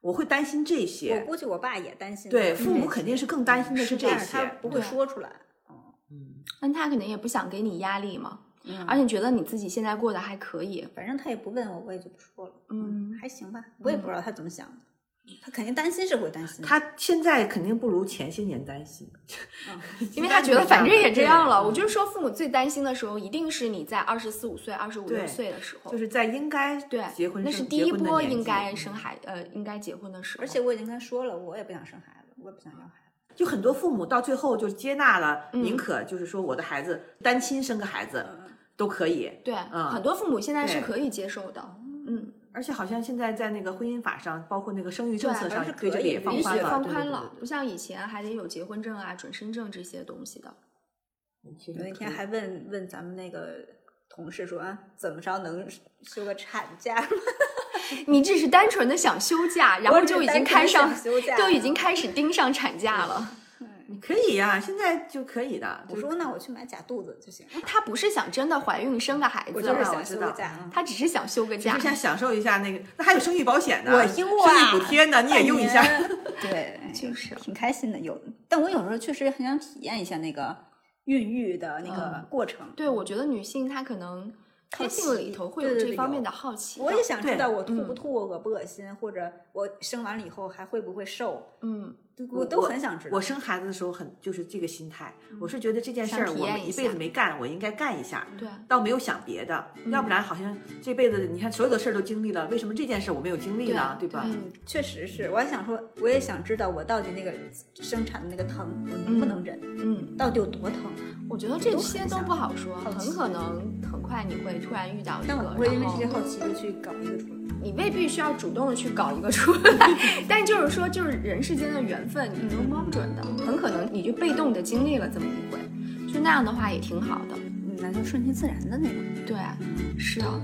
Speaker 3: 我会担心这
Speaker 1: 我
Speaker 3: 些。
Speaker 1: 估计我爸也担心，
Speaker 3: 对，
Speaker 1: 嗯
Speaker 3: 父母肯定是更担心的是这
Speaker 1: 但是他
Speaker 3: 些。
Speaker 1: 不会
Speaker 2: 对
Speaker 1: 说出来。
Speaker 3: 嗯，
Speaker 2: 但他可能也不想给你压力嘛，
Speaker 1: 嗯
Speaker 2: 而且觉得你自己现在过得还可以，
Speaker 1: 反正他也不问我，我也就不说了。
Speaker 2: 嗯
Speaker 1: 还行吧，我也不知道他怎么想的，他肯定担心是会担心的。
Speaker 3: 他现在肯定不如前些年担心。
Speaker 1: 嗯，
Speaker 2: 因 为他觉得反正也这样了。
Speaker 3: 对嗯
Speaker 2: 我就是说，父母最担心的时候，一定是你在二十四五岁、二十五
Speaker 3: 对
Speaker 2: 六岁的时候
Speaker 3: 就，是在应该
Speaker 2: 对
Speaker 3: 结，婚
Speaker 2: 那
Speaker 3: 生
Speaker 2: 是第
Speaker 3: 结
Speaker 2: 一
Speaker 3: 婚的
Speaker 2: 波
Speaker 3: 年
Speaker 2: 应
Speaker 3: 纪嗯
Speaker 2: 该生孩呃应该结婚的时候。
Speaker 1: 而且我已经跟他说了，我也不想生孩子，我也不想要孩子。
Speaker 3: 就很多父母到最后就接纳了，
Speaker 2: 嗯
Speaker 3: 宁可就是说我的孩子单亲生个孩子
Speaker 1: 嗯，
Speaker 3: 都可以，
Speaker 2: 对，
Speaker 3: 嗯
Speaker 2: 很多父母现在是
Speaker 3: 对
Speaker 2: 可以接受的，嗯，
Speaker 3: 而且好像现在在那个婚姻法上，包括那个生育政
Speaker 2: 对
Speaker 3: 策
Speaker 1: 反
Speaker 3: 上
Speaker 1: 正是，
Speaker 3: 对
Speaker 1: 可
Speaker 3: 这个
Speaker 1: 以
Speaker 3: 也放
Speaker 1: 允
Speaker 2: 允
Speaker 1: 宽
Speaker 3: 宽
Speaker 2: 许
Speaker 3: 了，
Speaker 2: 放
Speaker 3: 对
Speaker 2: 宽
Speaker 3: 对
Speaker 2: 了
Speaker 3: 对，对
Speaker 2: 不像以前还得有结婚证啊、准生证这些东西的。
Speaker 3: 其实
Speaker 1: 有一天
Speaker 3: 可以
Speaker 1: 还问问咱们那个同事说，啊，怎么着能休个产假？
Speaker 2: 你只是单纯的想休假，然
Speaker 1: 我
Speaker 2: 后
Speaker 1: 只是
Speaker 2: 就已
Speaker 1: 单
Speaker 2: 经
Speaker 1: 纯
Speaker 2: 开
Speaker 1: 地想
Speaker 2: 上，
Speaker 1: 休假，啊
Speaker 2: 就已经。开始盯上产假了。
Speaker 3: 你可以呀、现在就可以的。
Speaker 1: 我
Speaker 3: 就
Speaker 1: 说那我去买假肚子就
Speaker 3: 嗯
Speaker 1: 行了，
Speaker 2: 她不是想真的怀孕生个孩
Speaker 1: 我
Speaker 2: 子
Speaker 1: 就是
Speaker 3: 道
Speaker 2: 了，
Speaker 1: 想
Speaker 3: 知
Speaker 1: 休个
Speaker 3: 道
Speaker 1: 假啊。
Speaker 2: 她只是想休个假
Speaker 3: 就。想享受一下那个，那还有生育保险呢，
Speaker 1: 我
Speaker 3: 生
Speaker 1: 用啊
Speaker 3: 育补贴呢，你也用一下。
Speaker 1: 半年。对，哎
Speaker 2: 就是
Speaker 1: 挺开心的。有，但我有时候确实很想体验一下那个孕育的那个过程。
Speaker 2: 嗯对，我觉得女性她可能天性里头会有
Speaker 1: 对对
Speaker 2: 这
Speaker 1: 对
Speaker 2: 方面
Speaker 1: 有
Speaker 2: 的好奇。
Speaker 1: 我也想知
Speaker 3: 对
Speaker 1: 道我吐
Speaker 2: 嗯
Speaker 1: 不吐，恶不恶心，或者我生完了以后还会不会瘦，
Speaker 2: 嗯，
Speaker 1: 对
Speaker 3: 我
Speaker 1: 我都很想知道。
Speaker 3: 我生孩子的时候很就是这个心态，我是觉得这件事
Speaker 2: 嗯想
Speaker 3: 儿
Speaker 2: 体
Speaker 3: 我
Speaker 2: 验一
Speaker 3: 一辈
Speaker 2: 下
Speaker 3: 子没干，我应该干一下。
Speaker 2: 对，啊
Speaker 3: 倒没有想别的，要不然好像这辈子你看所有的事儿都经历了，为什么这件事我没有经历呢？
Speaker 2: 对
Speaker 3: 对吧？
Speaker 2: 对
Speaker 1: 嗯，确实是，我还想说，我也想知道我到底那个生产的那个疼，我能不能忍，
Speaker 2: 嗯，
Speaker 1: 到底有多疼？
Speaker 2: 我觉得这些都不好说，
Speaker 1: 好奇
Speaker 2: 很可能很快你会突然遇到一个，
Speaker 1: 但我不会因为这些
Speaker 2: 然后
Speaker 1: 好奇就去搞一个出来。
Speaker 2: 你未必需要主动的去搞一个出来， 但就是说，就是人世间的缘分，你都摸不准的，很可能你就被动的经历了这么一回，就那样的话也挺好的。
Speaker 1: 嗯，那就顺其自然的那种。
Speaker 2: 对，是啊。